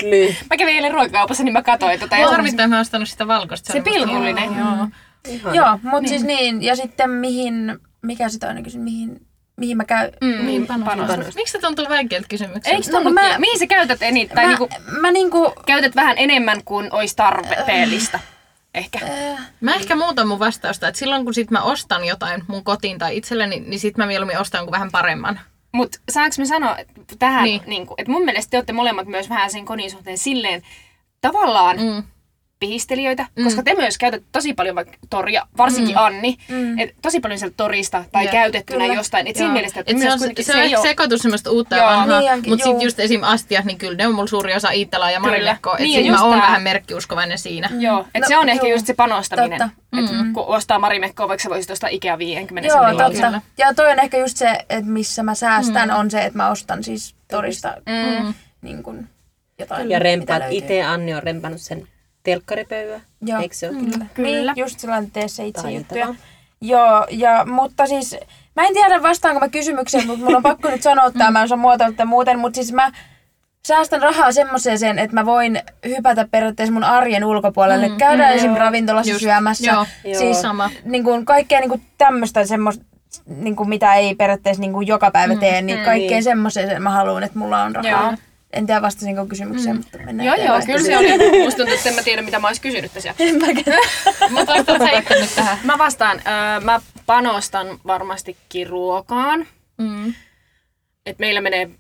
Speaker 2: Lidli.
Speaker 4: Mä kävin eilen ruokakaupassa, niin mä katsoin tota.
Speaker 3: Mua
Speaker 4: ja-
Speaker 3: harmittaa, että mä en ostanut sitä valkoista.
Speaker 4: Se pilkullinen. Joo.
Speaker 2: Ihana.
Speaker 1: Joo, mutta siis niin, ja sitten mihin, mikä sitä aina kysyn, mihin, mihin mä käyn.
Speaker 4: Mm,
Speaker 3: Niin
Speaker 2: Panostus.
Speaker 3: panostus. Miksi se tuntuu vaikealta kysymykseltä?
Speaker 4: Eikö no,
Speaker 1: No, mä-
Speaker 4: mä... Mihin sä käytät eniten? Tai
Speaker 1: Mä,
Speaker 4: niinku,
Speaker 1: mä niinku,
Speaker 4: käytät vähän enemmän kuin olisi tarpeellista. Ehkä.
Speaker 1: äh,
Speaker 3: Mä ehkä muutan mun vastausta, että silloin kun sit mä ostan jotain mun kotiin tai itselleni, niin sit mä mieluummin ostan kuin vähän paremman.
Speaker 4: Mutta saanko mä sanoa et tähän,
Speaker 3: Niin.
Speaker 4: niin. niinku, että mun mielestä te olette molemmat myös vähän sen kodin suhteen silleen tavallaan
Speaker 3: Mm.
Speaker 4: pihistelijöitä, koska te myös käytätte tosi paljon vaikka toria, varsinkin Anni, mm. et tosi paljon sieltä torista tai
Speaker 3: Jep,
Speaker 4: käytettynä
Speaker 1: kyllä.
Speaker 4: jostain. Et siinä
Speaker 3: Joo.
Speaker 4: mielessä, että
Speaker 3: Et
Speaker 4: et
Speaker 3: se
Speaker 4: myös
Speaker 3: on, se,
Speaker 4: kuitenkin
Speaker 3: se on ehkä
Speaker 4: oo-
Speaker 3: sekatu semmoista uutta
Speaker 4: Joo.
Speaker 3: ja vanhaa,
Speaker 1: Niin onkin,
Speaker 3: mutta
Speaker 1: juu.
Speaker 3: sitten just esim. astiat, niin kyllä ne on mulla suuri osa Iittala ja Marilekko, että
Speaker 4: Niin,
Speaker 3: niin,
Speaker 4: ja
Speaker 3: mä
Speaker 4: just
Speaker 3: oon
Speaker 4: tää.
Speaker 3: vähän merkkiuskovainen siinä.
Speaker 4: Joo, että
Speaker 1: No,
Speaker 4: se on ehkä
Speaker 1: joo.
Speaker 4: just se panostaminen.
Speaker 1: Totta.
Speaker 4: Että kun ostaa Marimekkoa, vaikka sä voisit ostaa Ikea 50
Speaker 1: joo,
Speaker 4: sentillä.
Speaker 1: totta.
Speaker 3: Kyllä.
Speaker 1: Ja toi on ehkä just se, että missä mä säästän, on se, että mä ostan siis torista
Speaker 4: Mm.
Speaker 1: niin kun, jotain,
Speaker 2: Ja
Speaker 1: mitä
Speaker 2: rempaat
Speaker 1: löytyy.
Speaker 2: itse, Anni on rempannut sen telkkaripöyä.
Speaker 1: Joo.
Speaker 2: Eikö se ole?
Speaker 4: Kyllä.
Speaker 1: Niin, just sellainen tee se itse
Speaker 2: Taitava.
Speaker 1: juttuja. Joo, ja, mutta siis mä en tiedä vastaanko mä kysymykseen, mutta mun on pakko nyt sanoa tämä, mä en osaa muotoilla tätä muuten, mutta siis mä säästän rahaa semmoiseen, että mä voin hypätä periaatteessa mun arjen ulkopuolelle, mm, käydä mm, esim. ravintolassa
Speaker 3: Just,
Speaker 1: syömässä,
Speaker 3: joo,
Speaker 1: siis
Speaker 3: sama.
Speaker 1: Niin kuin kaikkea niin kuin tämmöistä semmoista, niin kuin mitä ei periaatteessa niin kuin joka päivä tee, niin kaikkeen semmoiseen mä haluan, että mulla on rahaa.
Speaker 4: Joo.
Speaker 1: En tiedä vastasinko kysymykseen, mutta mennään
Speaker 4: Joo, joo,
Speaker 1: eteenpäin.
Speaker 4: kyllä se oli. Musta tuntuu, että en mä tiedä, mitä mä ois kysynyt tässä.
Speaker 3: Mutta vastaat sä itse nyt tähän.
Speaker 4: Mä vastaan. Öö, mä panostan varmastikin ruokaan.
Speaker 3: Mm.
Speaker 4: Et meillä menee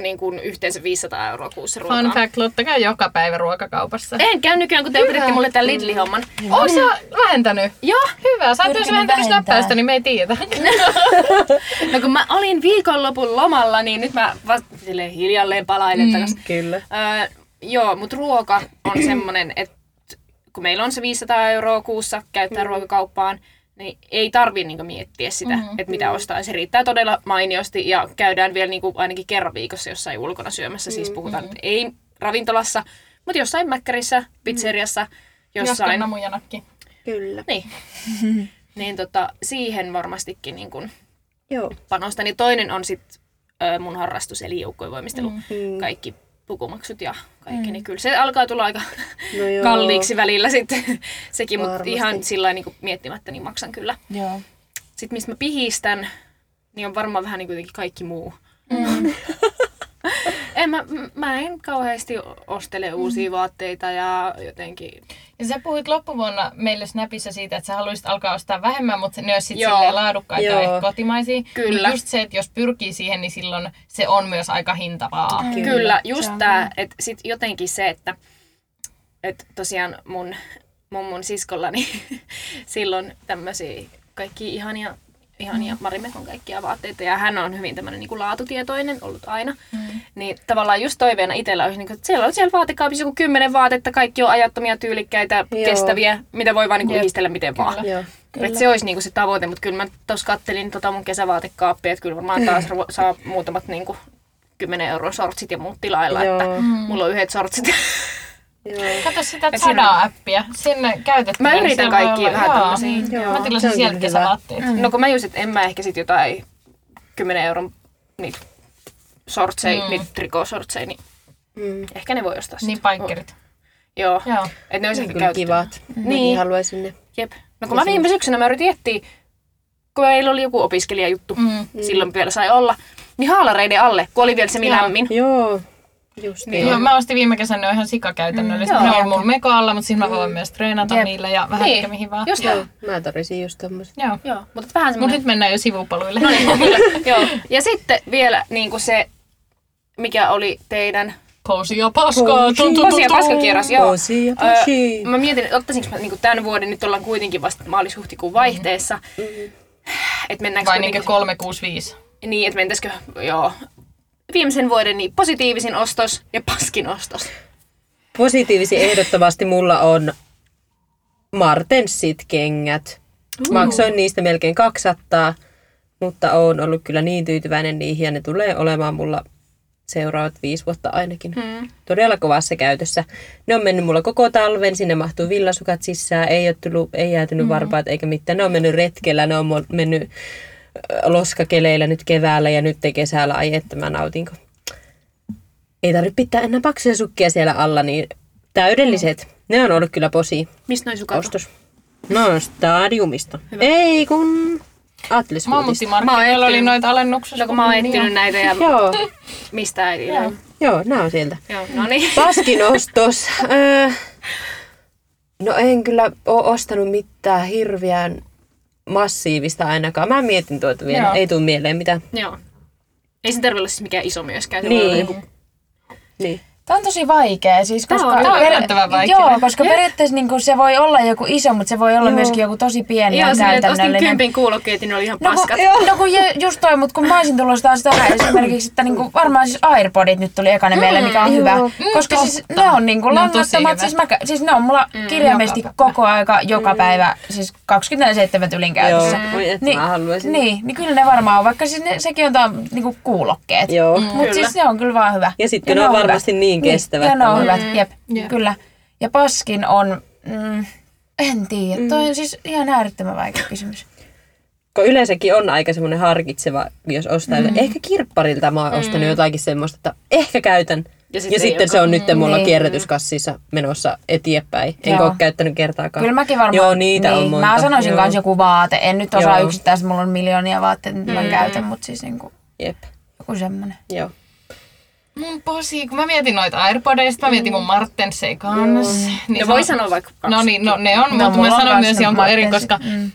Speaker 4: niin kuin yhteensä 500 euroa kuussa ruokaan.
Speaker 3: Fun fact, Lotta käy joka päivä ruokakaupassa.
Speaker 4: En käy nykyään, kun te opetitte mulle tämän Lidli-homman.
Speaker 3: Oot sä vähentänyt?
Speaker 4: Joo,
Speaker 3: Hyvä, sä oot myös
Speaker 1: Pyrkinyt
Speaker 3: vähentänyt sitä
Speaker 1: vähentää.
Speaker 3: päästä, niin me ei tiedä.
Speaker 4: no kun mä olin viikonlopun lomalla, niin nyt mä vasta silleen hiljalleen palailen mm. takaisin.
Speaker 2: Kyllä.
Speaker 4: Öö, joo, mutta ruoka on semmonen, että kun meillä on se 500 euroa kuussa käyttää mm. ruokakauppaan, niin ei tarvi niinku miettiä sitä, mm. että mitä ostaa. Se riittää todella mainiosti ja käydään vielä niinku ainakin kerran viikossa jossain ulkona syömässä. Siis puhutaan, että ei ravintolassa, mutta jossain mäkkärissä, pizzeriassa,
Speaker 3: Jossain
Speaker 4: jossain.
Speaker 3: namujanakki.
Speaker 2: Kyllä.
Speaker 4: Niin. niin tota, siihen varmastikin niin kun
Speaker 2: Joo.
Speaker 4: panostan. Ja toinen on sitten mun harrastus, eli joukkoivoimistelu. Mm. Kaikki pukumaksut ja kaikki, mm. niin kyllä se alkaa tulla aika
Speaker 2: No joo.
Speaker 4: kalliiksi välillä sitten sekin, mutta
Speaker 2: Varmasti.
Speaker 4: ihan sillä niin miettimättä, niin maksan kyllä.
Speaker 1: Joo.
Speaker 4: Sitten mistä mä pihistän, niin on varmaan vähän niin kuitenkin kaikki muu. Mm. en mä, mä en kauheasti ostele uusia vaatteita ja jotenkin...
Speaker 3: Ja sä puhuit loppuvuonna meille Snapissa siitä, että sä haluaisit alkaa ostaa vähemmän, mutta ne olisi sitten
Speaker 4: Joo.
Speaker 3: silleen laadukkaita ja
Speaker 2: Joo.
Speaker 3: ehkä kotimaisia.
Speaker 4: Kyllä.
Speaker 3: Niin just se, että jos pyrkii siihen, niin silloin se on myös aika hintavaa.
Speaker 4: Kyllä, niin. Kyllä just tämä, että sit jotenkin se, että et tosiaan mun mummun siskollani silloin tämmöisiä kaikki ihania, ihania Marimekon kaikkia vaatteita ja hän on hyvin tämmöinen niinku laatutietoinen ollut aina. Mm. Niin tavallaan just toiveena itsellä olisi, niinku, että siellä on siellä vaatekaapissa joku kymmenen vaatetta, kaikki on ajattomia, tyylikkäitä,
Speaker 2: Joo.
Speaker 4: kestäviä, mitä voi vaan niinku yhdistellä miten vaan.
Speaker 2: Joo.
Speaker 4: Et se olisi niinku se tavoite, mutta kyllä mä tuossa kattelin tota mun kesävaatekaappia, että kyllä varmaan taas ruo- saa muutamat niinku 10 euron sortsit ja muut tilailla,
Speaker 2: Joo.
Speaker 4: että
Speaker 3: Mm.
Speaker 4: mulla on yhdet sortsit.
Speaker 2: Joo.
Speaker 3: Kato sitä
Speaker 4: Et siinä-
Speaker 3: sadaa appia, sinne käytettävä.
Speaker 4: Mä
Speaker 3: niin
Speaker 4: yritän
Speaker 3: siellä voi
Speaker 4: kaikkia
Speaker 3: olla-
Speaker 4: vähän
Speaker 3: Joo.
Speaker 4: tommosia.
Speaker 3: Mä
Speaker 2: Joo.
Speaker 3: tilasin
Speaker 2: Se on
Speaker 3: sieltä
Speaker 2: kyllä hyvä.
Speaker 3: kesävaatteet.
Speaker 4: no kun mä just, että en mä ehkä sit jotain 10 euron niitä sortseja, mm. niitä trikosortseja, niin mm. ehkä ne voi ostaa
Speaker 3: Niin
Speaker 4: sitten.
Speaker 3: paikkerit.
Speaker 4: Joo.
Speaker 3: Joo.
Speaker 4: Et ne olisi ehkä
Speaker 2: Kyllä
Speaker 4: käytetty.
Speaker 2: kivat. Niin.
Speaker 4: Niin.
Speaker 2: haluaisin ne.
Speaker 4: Jep. No kun mä viime syksynä mä yritin etsiä, kun meillä oli joku opiskelijajuttu,
Speaker 3: Mm.
Speaker 4: mm. silloin vielä sai olla, niin haalareiden alle, kun oli vielä se
Speaker 3: Joo.
Speaker 4: lämmin.
Speaker 2: Joo, just niin.
Speaker 3: Joo, mä ostin viime kesänä ne on ihan sikakäytännölliset.
Speaker 4: Mm.
Speaker 3: Mm, ne
Speaker 4: Joo. Mm.
Speaker 3: on mulla mekoalla, mutta siinä mä voin myös treenata
Speaker 4: Jep.
Speaker 3: niillä ja vähän
Speaker 4: Niin.
Speaker 3: niin. mihin vaan.
Speaker 4: Just
Speaker 2: Joo,
Speaker 4: näin.
Speaker 2: mä tarvisin just tommoset.
Speaker 3: Joo.
Speaker 4: Joo, mutta vähän
Speaker 3: Mut
Speaker 4: semmoinen...
Speaker 3: nyt mennään jo sivupoluille.
Speaker 4: No niin, kyllä. Joo. Ja sitten vielä niin kuin se, mikä oli teidän...
Speaker 3: Kousi ja paskaa.
Speaker 2: Kousi.
Speaker 3: Tun, tun, tun,
Speaker 4: Posi ja
Speaker 3: tun.
Speaker 4: paskakierros, joo.
Speaker 2: Posi ja
Speaker 4: Öö,
Speaker 2: posi.
Speaker 4: mä mietin, että ottaisinko mä niin tämän vuoden, nyt ollaan kuitenkin vasta maalis-huhtikuun vaihteessa. Että mennäänkö
Speaker 3: Vai
Speaker 4: me
Speaker 3: niinkö
Speaker 4: niinku-
Speaker 3: 365?
Speaker 4: Niin, että mentäisikö, joo. Viimeisen vuoden niin positiivisin ostos ja paskin ostos.
Speaker 2: Positiivisi ehdottomasti mulla on Martensit kengät. Maksoin niistä melkein 200, mutta oon ollut kyllä niin tyytyväinen niihin ja ne tulee olemaan mulla seuraavat viisi vuotta ainakin. Mm. Todella kovassa käytössä. Ne on mennyt mulla koko talven, sinne mahtuu villasukat sisään, ei, ole tullut, ei jäätynyt mm. varpaat eikä mitään. Ne on mennyt retkellä, ne on mo- mennyt ö, loskakeleillä nyt keväällä ja nyt kesällä. Ai että mä nautinko ei tarvitse pitää enää paksuja sukkia siellä alla, niin täydelliset. Ne on ollut kyllä posi
Speaker 4: Mistä noin sukat on?
Speaker 2: ostos. No, stadiumista. Ei kun Atlas Foodista.
Speaker 3: Mammuttimarkkinoilla oli noita alennuksia.
Speaker 4: No kun mä oon etsinyt näitä ja
Speaker 2: Joo,
Speaker 4: mistä äiti joo.
Speaker 2: joo, nämä on sieltä.
Speaker 4: joo, no niin.
Speaker 2: Paskin ostos. Öö, no en kyllä ole ostanut mitään hirveän massiivista ainakaan. Mä mietin tuota vielä,
Speaker 3: Joo.
Speaker 2: ei tule mieleen mitään.
Speaker 4: joo. Ei sen tarvitse olla siis mikään iso myöskään. Se voi olla
Speaker 2: Niin.
Speaker 4: joku-
Speaker 2: niin.
Speaker 1: Tämä on tosi vaikea. Siis,
Speaker 4: Tää
Speaker 1: koska,
Speaker 4: on-
Speaker 3: tää on yllättävän vaikea.
Speaker 1: Joo, koska periaatteessa niin kuin, se voi olla joku iso, mutta se voi olla joo. myöskin joku tosi pieni
Speaker 4: Joo,
Speaker 1: ja
Speaker 4: silleen, että ostin
Speaker 1: käytännöllinen.
Speaker 4: kympin kuulokkeet, niin ne oli ihan
Speaker 1: No kun,
Speaker 4: paskat.
Speaker 1: no kun je, just toi, mutta kun mä olisin tulossa taas tähän esimerkiksi, että niinku, varmaan siis Airpodit nyt tuli
Speaker 4: Mm,
Speaker 1: ekana meille, mikä on hyvä. koska siis ne on niinku
Speaker 3: Ne on tosi
Speaker 1: langattomat,
Speaker 3: hyvät.
Speaker 1: siis, mä, kä- siis ne on mulla
Speaker 4: Mm,
Speaker 1: kirjaimesti
Speaker 3: joka
Speaker 1: koko aika, joka päivä, siis 24-7 tylin
Speaker 2: Joo,
Speaker 1: käytössä.
Speaker 2: voi että mä haluaisin.
Speaker 1: Niin, niin kyllä ne varmaan on, vaikka siis ne, sekin on tämä niinku kuulokkeet.
Speaker 2: Joo. Mm.
Speaker 1: Mutta siis ne on kyllä vaan hyvä.
Speaker 2: Ja sit kun ne on varmasti
Speaker 1: hyvät.
Speaker 2: niin kestävät,
Speaker 1: Ja ne on
Speaker 2: niin-
Speaker 1: hyvät, jep, kyllä. Ja paskin on, mm, en
Speaker 2: Mm.
Speaker 1: tiedä, toi on siis ihan äärettömän vaikea kysymys.
Speaker 2: kun yleensäkin on aika semmoinen harkitseva, jos ostaa. Mm. Ehkä kirpparilta mä oon
Speaker 1: Mm.
Speaker 2: ostanut jotakin semmoista, että ehkä käytän. Ja,
Speaker 4: sit
Speaker 2: ja
Speaker 4: ei
Speaker 2: sitten
Speaker 4: olekaan.
Speaker 2: se on nyt mulla
Speaker 1: Niin.
Speaker 2: kierrätyskassissa menossa eteenpäin. Enkä
Speaker 1: Joo.
Speaker 2: ole käyttänyt kertaakaan.
Speaker 1: Kyllä mäkin varmaan.
Speaker 2: Joo, niitä
Speaker 1: niin,
Speaker 2: on monta.
Speaker 1: Mä sanoisin
Speaker 2: Joo.
Speaker 1: myös joku vaate. En nyt osaa
Speaker 2: Joo.
Speaker 1: yksittäistä, mulla on miljoonia vaatteita, mitä mä käytän, mutta siis niinku,
Speaker 2: Jep,
Speaker 1: joku semmonen.
Speaker 2: joo.
Speaker 3: Mun posi, Mm, kun mä mietin noita Airpodeista, mä mietin mun Martensei kanssa. Niin
Speaker 4: Mm. Ja
Speaker 3: se
Speaker 4: voi
Speaker 3: on-
Speaker 4: sanoa vaikka kaksi.
Speaker 3: No niin, no ne on,
Speaker 1: No,
Speaker 3: mutta
Speaker 1: mulla
Speaker 3: mä
Speaker 1: on
Speaker 3: sanon
Speaker 1: kans
Speaker 3: myös
Speaker 1: ne
Speaker 3: jonkun erin,
Speaker 1: Martensit.
Speaker 3: koska...
Speaker 1: Mm.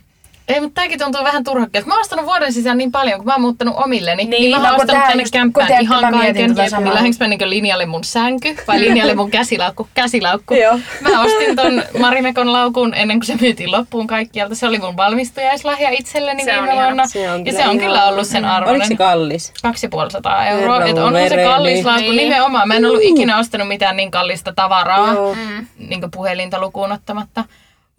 Speaker 3: Ei, mutta tääkin tuntuu vähän turhakkeelta. Mä oon ostanut vuoden sisään niin paljon, kun mä oon muuttanut omilleni. Niin, niin mä
Speaker 1: no,
Speaker 3: oon
Speaker 1: kun
Speaker 3: ostanut
Speaker 1: tää
Speaker 3: tänne
Speaker 1: just- kun
Speaker 3: kämppään
Speaker 1: tiedätkö,
Speaker 3: ihan
Speaker 1: mä mietin
Speaker 3: kaiken.
Speaker 1: tota
Speaker 3: Jep,
Speaker 1: samaa.
Speaker 3: Niin lähdekö mä niin linjalle mun sänky vai linjalle mun käsilaukku? Käsilaukku.
Speaker 2: Joo.
Speaker 3: Mä ostin ton Marimekon laukun ennen kuin se myytiin loppuun kaikkialta. Se oli mun valmistujaislahja itselleni
Speaker 4: Se on
Speaker 3: viime
Speaker 4: ihana.
Speaker 3: vuonna.
Speaker 2: Se on
Speaker 3: ja
Speaker 2: kyllä
Speaker 3: se on kyllä
Speaker 2: ihana.
Speaker 3: ollut sen
Speaker 2: Oliko
Speaker 3: arvoinen.
Speaker 2: se kallis?
Speaker 3: 250 euroa,
Speaker 2: Herra
Speaker 3: että onko se
Speaker 2: vereni.
Speaker 3: kallis laukku
Speaker 4: Niin.
Speaker 3: nimenomaan. Mä en ollut ikinä ostanut mitään niin kallista tavaraa,
Speaker 2: Joo.
Speaker 3: niin kuin puhelinta lukuun ottamatta.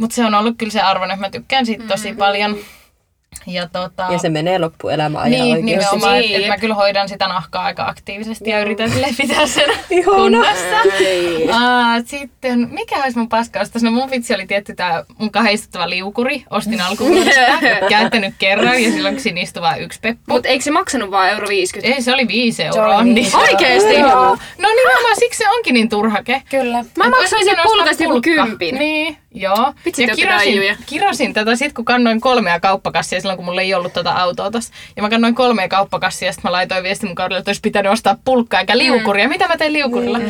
Speaker 3: Mutta se on ollut kyllä se arvon, että mä tykkään siitä tosi paljon. Ja, tota,
Speaker 2: Ja se menee loppuelämä ajan
Speaker 3: niin,
Speaker 2: oikeasti.
Speaker 3: nimenomaan,
Speaker 4: Niin,
Speaker 3: että et
Speaker 4: jep.
Speaker 3: mä kyllä hoidan sitä nahkaa aika aktiivisesti ja yritän sille pitää sen
Speaker 2: Ihana.
Speaker 3: kunnossa. Aa, sitten, mikä olisi mun paskaustas? No mun vitsi oli tietty tämä mun kahdistuttava liukuri. Ostin alkuvuodesta, käyttänyt kerran ja silloin siinä istui vain yksi peppu.
Speaker 4: Mut eikö se maksanut vaan euro 50?
Speaker 3: Ei, se oli viisi euroa.
Speaker 1: viisi
Speaker 3: Niin.
Speaker 4: Oikeesti?
Speaker 3: Joo. No nimenomaan siksi se onkin niin turhake.
Speaker 1: Kyllä.
Speaker 4: Mä
Speaker 3: Et
Speaker 4: maksoin
Speaker 3: voisin
Speaker 4: sen
Speaker 3: ostaa
Speaker 4: pulkasta joku
Speaker 3: pulkka.
Speaker 4: kympin.
Speaker 3: Niin, joo.
Speaker 4: Vitsi, te
Speaker 3: ja
Speaker 4: ootte
Speaker 3: kirasin,
Speaker 4: raijuja.
Speaker 3: kirasin tätä sit, kun kannoin kolmea kauppakassia silloin, kun mulla ei ollut tuota autoa tossa. Ja mä kannoin kolmea kauppakassia ja sitten mä laitoin viesti mun kaudelle, että olisi pitänyt ostaa pulkkaa eikä liukuria. Mitä mä tein liukurilla? Mm.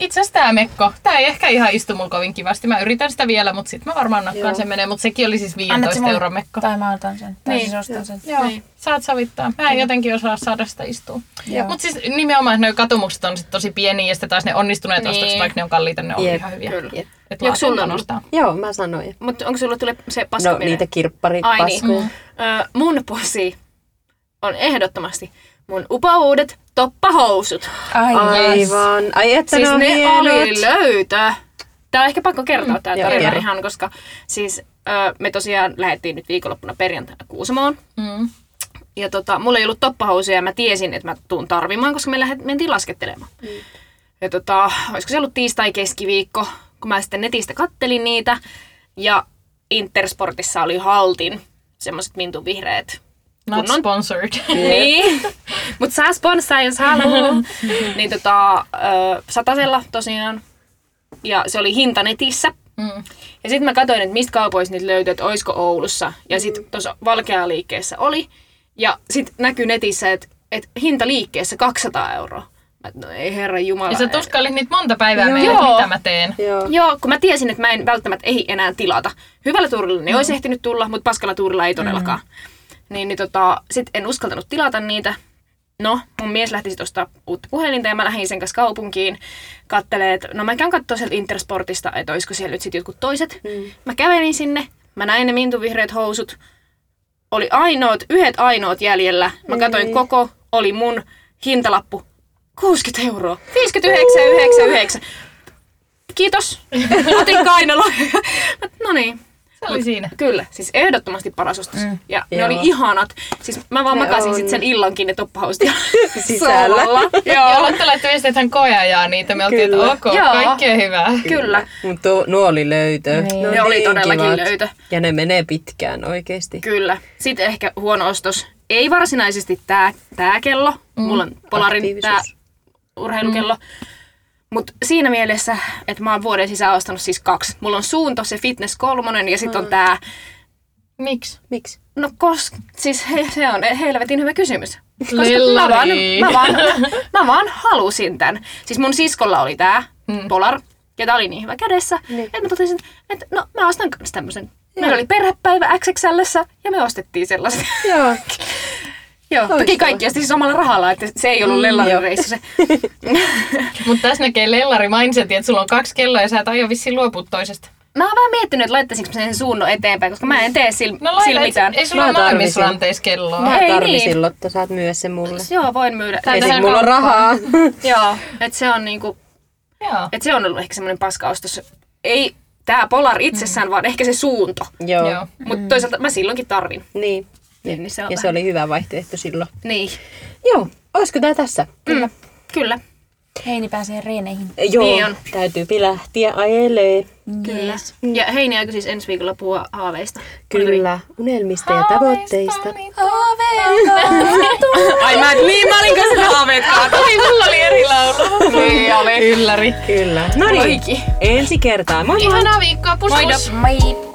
Speaker 3: Itse asiassa tää mekko. Tää ei ehkä ihan istu mulla kovin kivasti. Mä yritän sitä vielä, mutta sit mä varmaan nakkaan sen menee. Mutta sekin oli siis
Speaker 1: Annat se
Speaker 3: 15
Speaker 1: mulle-
Speaker 3: euron mekko.
Speaker 1: Tai mä otan sen. Tai
Speaker 4: Niin.
Speaker 1: siis ostan sen.
Speaker 3: Joo,
Speaker 4: Niin.
Speaker 3: saat sovittaa. Mä en jotenkin osaa saada sitä istua.
Speaker 1: Joo.
Speaker 3: Mutta siis nimenomaan nuo katumukset on sit tosi pieniä ja sitten taas ne onnistuneet
Speaker 4: Niin.
Speaker 3: niin. ostokset, vaikka ne on kalliita, ne on
Speaker 2: Jep,
Speaker 3: ihan hyviä.
Speaker 4: kyllä.
Speaker 2: Jep.
Speaker 3: Et
Speaker 4: Onko sulla
Speaker 3: laatintoon
Speaker 4: ollut?
Speaker 3: ostaa.
Speaker 2: Joo, mä sanoin.
Speaker 4: Mutta onko sulla tulee se paska
Speaker 2: No
Speaker 4: mieleen?
Speaker 2: niitä kirpparit,
Speaker 4: Ai niin.
Speaker 2: paskuja.
Speaker 4: Ö, mun posi on ehdottomasti mun upouudet toppahousut.
Speaker 1: Ai, niin. yes.
Speaker 2: Aivan. Ai että
Speaker 4: Siis
Speaker 2: ne on
Speaker 4: ne
Speaker 2: hienot.
Speaker 4: oli löytö. Tää on ehkä pakko kertoa tää
Speaker 2: Joo,
Speaker 4: tarina
Speaker 2: kerro.
Speaker 4: ihan, koska siis ö, me tosiaan lähdettiin nyt viikonloppuna perjantaina Kuusamoon.
Speaker 3: Mm.
Speaker 4: Ja tota, mulla ei ollut toppahousuja ja mä tiesin, että mä tuun tarvimaan, koska me lähdet, mentiin laskettelemaan. Mm. Ja tota, olisiko se ollut tiistai-keskiviikko, kun mä sitten netistä kattelin niitä. Ja Intersportissa oli Haltin semmoiset mintun vihreät
Speaker 3: Not
Speaker 4: kunnon
Speaker 3: sponsored.
Speaker 4: Niin, mutta saa sponssaa, jos haluaa. niin tota, ö, satasella tosiaan. Ja se oli hinta netissä.
Speaker 3: Mm.
Speaker 4: Ja sitten mä katsoin, että mistä kaupoista niitä löytyy, että oisko Oulussa. Ja sitten
Speaker 3: Mm-hmm.
Speaker 4: tuossa valkea liikkeessä oli. Ja sitten näkyy netissä, että, että hinta liikkeessä 200 euroa. Mä, et, no ei herra jumala.
Speaker 3: Ja sä tuskailit niitä monta päivää meille,
Speaker 4: Joo.
Speaker 3: mitä mä teen.
Speaker 2: Joo.
Speaker 4: Joo, kun mä tiesin, että mä en välttämättä ehdi enää tilata. Hyvällä tuurilla ne olisi ehtinyt tulla, mutta paskalla tuurilla ei todellakaan. Niin, niin tota, sit en uskaltanut tilata niitä. No, mun mies lähti sitten ostaa uutta puhelinta ja mä lähdin sen kanssa kaupunkiin. Kattelee, että no mä käyn katsoa sieltä Intersportista, että olisiko siellä nyt sitten jotkut toiset. Mm. Mä kävelin sinne, mä näin ne mintun vihreät housut. Oli ainoat, yhdet ainoat jäljellä. Mä katsoin koko, oli mun hintalappu 60 euroa. 59,99. Kiitos. Otin kainalo. no niin,
Speaker 3: Se oli siinä.
Speaker 4: Kyllä, siis ehdottomasti paras ostos. Mm. Ja ne
Speaker 2: Joo.
Speaker 4: oli ihanat. Siis mä vaan
Speaker 2: Ne
Speaker 4: makasin
Speaker 2: on.
Speaker 4: sit sen illankin ne toppahostia
Speaker 2: Sisällä.
Speaker 3: Ja
Speaker 4: Joo,
Speaker 3: Lotta laittoi viestiä, että hän koeajaa niitä. Me oltiin, että
Speaker 2: Kyllä.
Speaker 3: ok,
Speaker 4: Joo.
Speaker 3: kaikkea hyvää.
Speaker 4: kyllä.
Speaker 2: Mutta nuo oli löytö.
Speaker 1: Niin.
Speaker 4: Ne oli todellakin
Speaker 2: kivat.
Speaker 4: löytö.
Speaker 2: Ja ne menee pitkään oikeesti.
Speaker 4: Kyllä. Sitten ehkä huono ostos. Ei varsinaisesti tää, tää kello. Mm. Mulla on Polarin tää
Speaker 2: Aktiivisuus.
Speaker 4: urheilukello. Mm. Mutta siinä mielessä, että mä oon vuoden sisään ostanut siis kaksi. Mulla on suunto, se fitness kolmonen ja sitten on tää
Speaker 3: Miksi?
Speaker 2: Miksi?
Speaker 4: No kos, siis he, se on helvetin hyvä kysymys. Koska mä
Speaker 3: Lillari.
Speaker 4: vaan, mä, vaan, mä vaan halusin tän. Siis mun siskolla oli tää mm. Polar, ja tää oli niin hyvä kädessä, niin. että mä totesin, että no mä ostan kans tämmösen. Meillä oli perhepäivä XXLssä ja me ostettiin sellaisen.
Speaker 2: Joo.
Speaker 4: Joo, toki kaikki osti siis omalla rahalla, että se ei ollut mm,
Speaker 2: joo.
Speaker 4: lellarireissu se.
Speaker 3: Mutta tässä näkee Lellari mindsetin, että sulla on kaksi kelloa ja sä et aio vissiin luopua toisesta.
Speaker 4: Mä oon vähän miettinyt, että laittaisinko mä sen suunnon eteenpäin, koska mä en tee sillä
Speaker 3: No
Speaker 4: no, sil
Speaker 3: laita,
Speaker 4: mitään.
Speaker 3: et- ei sulla
Speaker 2: Mä
Speaker 3: ole
Speaker 2: tarvitsin.
Speaker 3: molemmissa ranteissa kelloa.
Speaker 4: Mä-
Speaker 2: Mä
Speaker 4: Ei
Speaker 2: tarvisin
Speaker 4: niin.
Speaker 2: Lotta, saat myös se mulle.
Speaker 4: Joo, voin myydä.
Speaker 3: Tää
Speaker 4: Et-
Speaker 2: Ei
Speaker 3: tähän
Speaker 2: sit mulla on rahaa.
Speaker 4: Joo, että se on niinku
Speaker 3: Joo.
Speaker 4: Et se on ollut ehkä semmoinen paskaustus. Ei tämä Polar itsessään, mm. vaan ehkä se suunto.
Speaker 2: Joo.
Speaker 3: Joo.
Speaker 4: Mutta toisaalta mä silloinkin tarvin.
Speaker 2: Niin.
Speaker 4: Niin, niin se on
Speaker 2: Ja se oli hyvä vaihtoehto silloin.
Speaker 4: Niin,
Speaker 2: Joo. Olisiko tää tässä?
Speaker 4: mm. kyllä.
Speaker 1: Heini pääsee reeneihin.
Speaker 2: Joo.
Speaker 4: Niin on.
Speaker 2: Täytyypi lähteä ajelee.
Speaker 1: Kyllä.
Speaker 4: Ja Heini aikoi siis ensi viikolla puhua haaveista.
Speaker 2: Kyllä. Unelmista ja tavoitteista.
Speaker 4: Ai mä et niin, mä olin kanssa haaveetkaan.
Speaker 3: Ai, mulla oli eri laulu.
Speaker 4: Niin oli.
Speaker 3: Ylläri.
Speaker 2: Kyllä. No niin.
Speaker 4: Oiki.
Speaker 2: Ensi kertaa. Moi moi.
Speaker 3: Ihanaa viikkoa, pus, pus.
Speaker 1: Moi!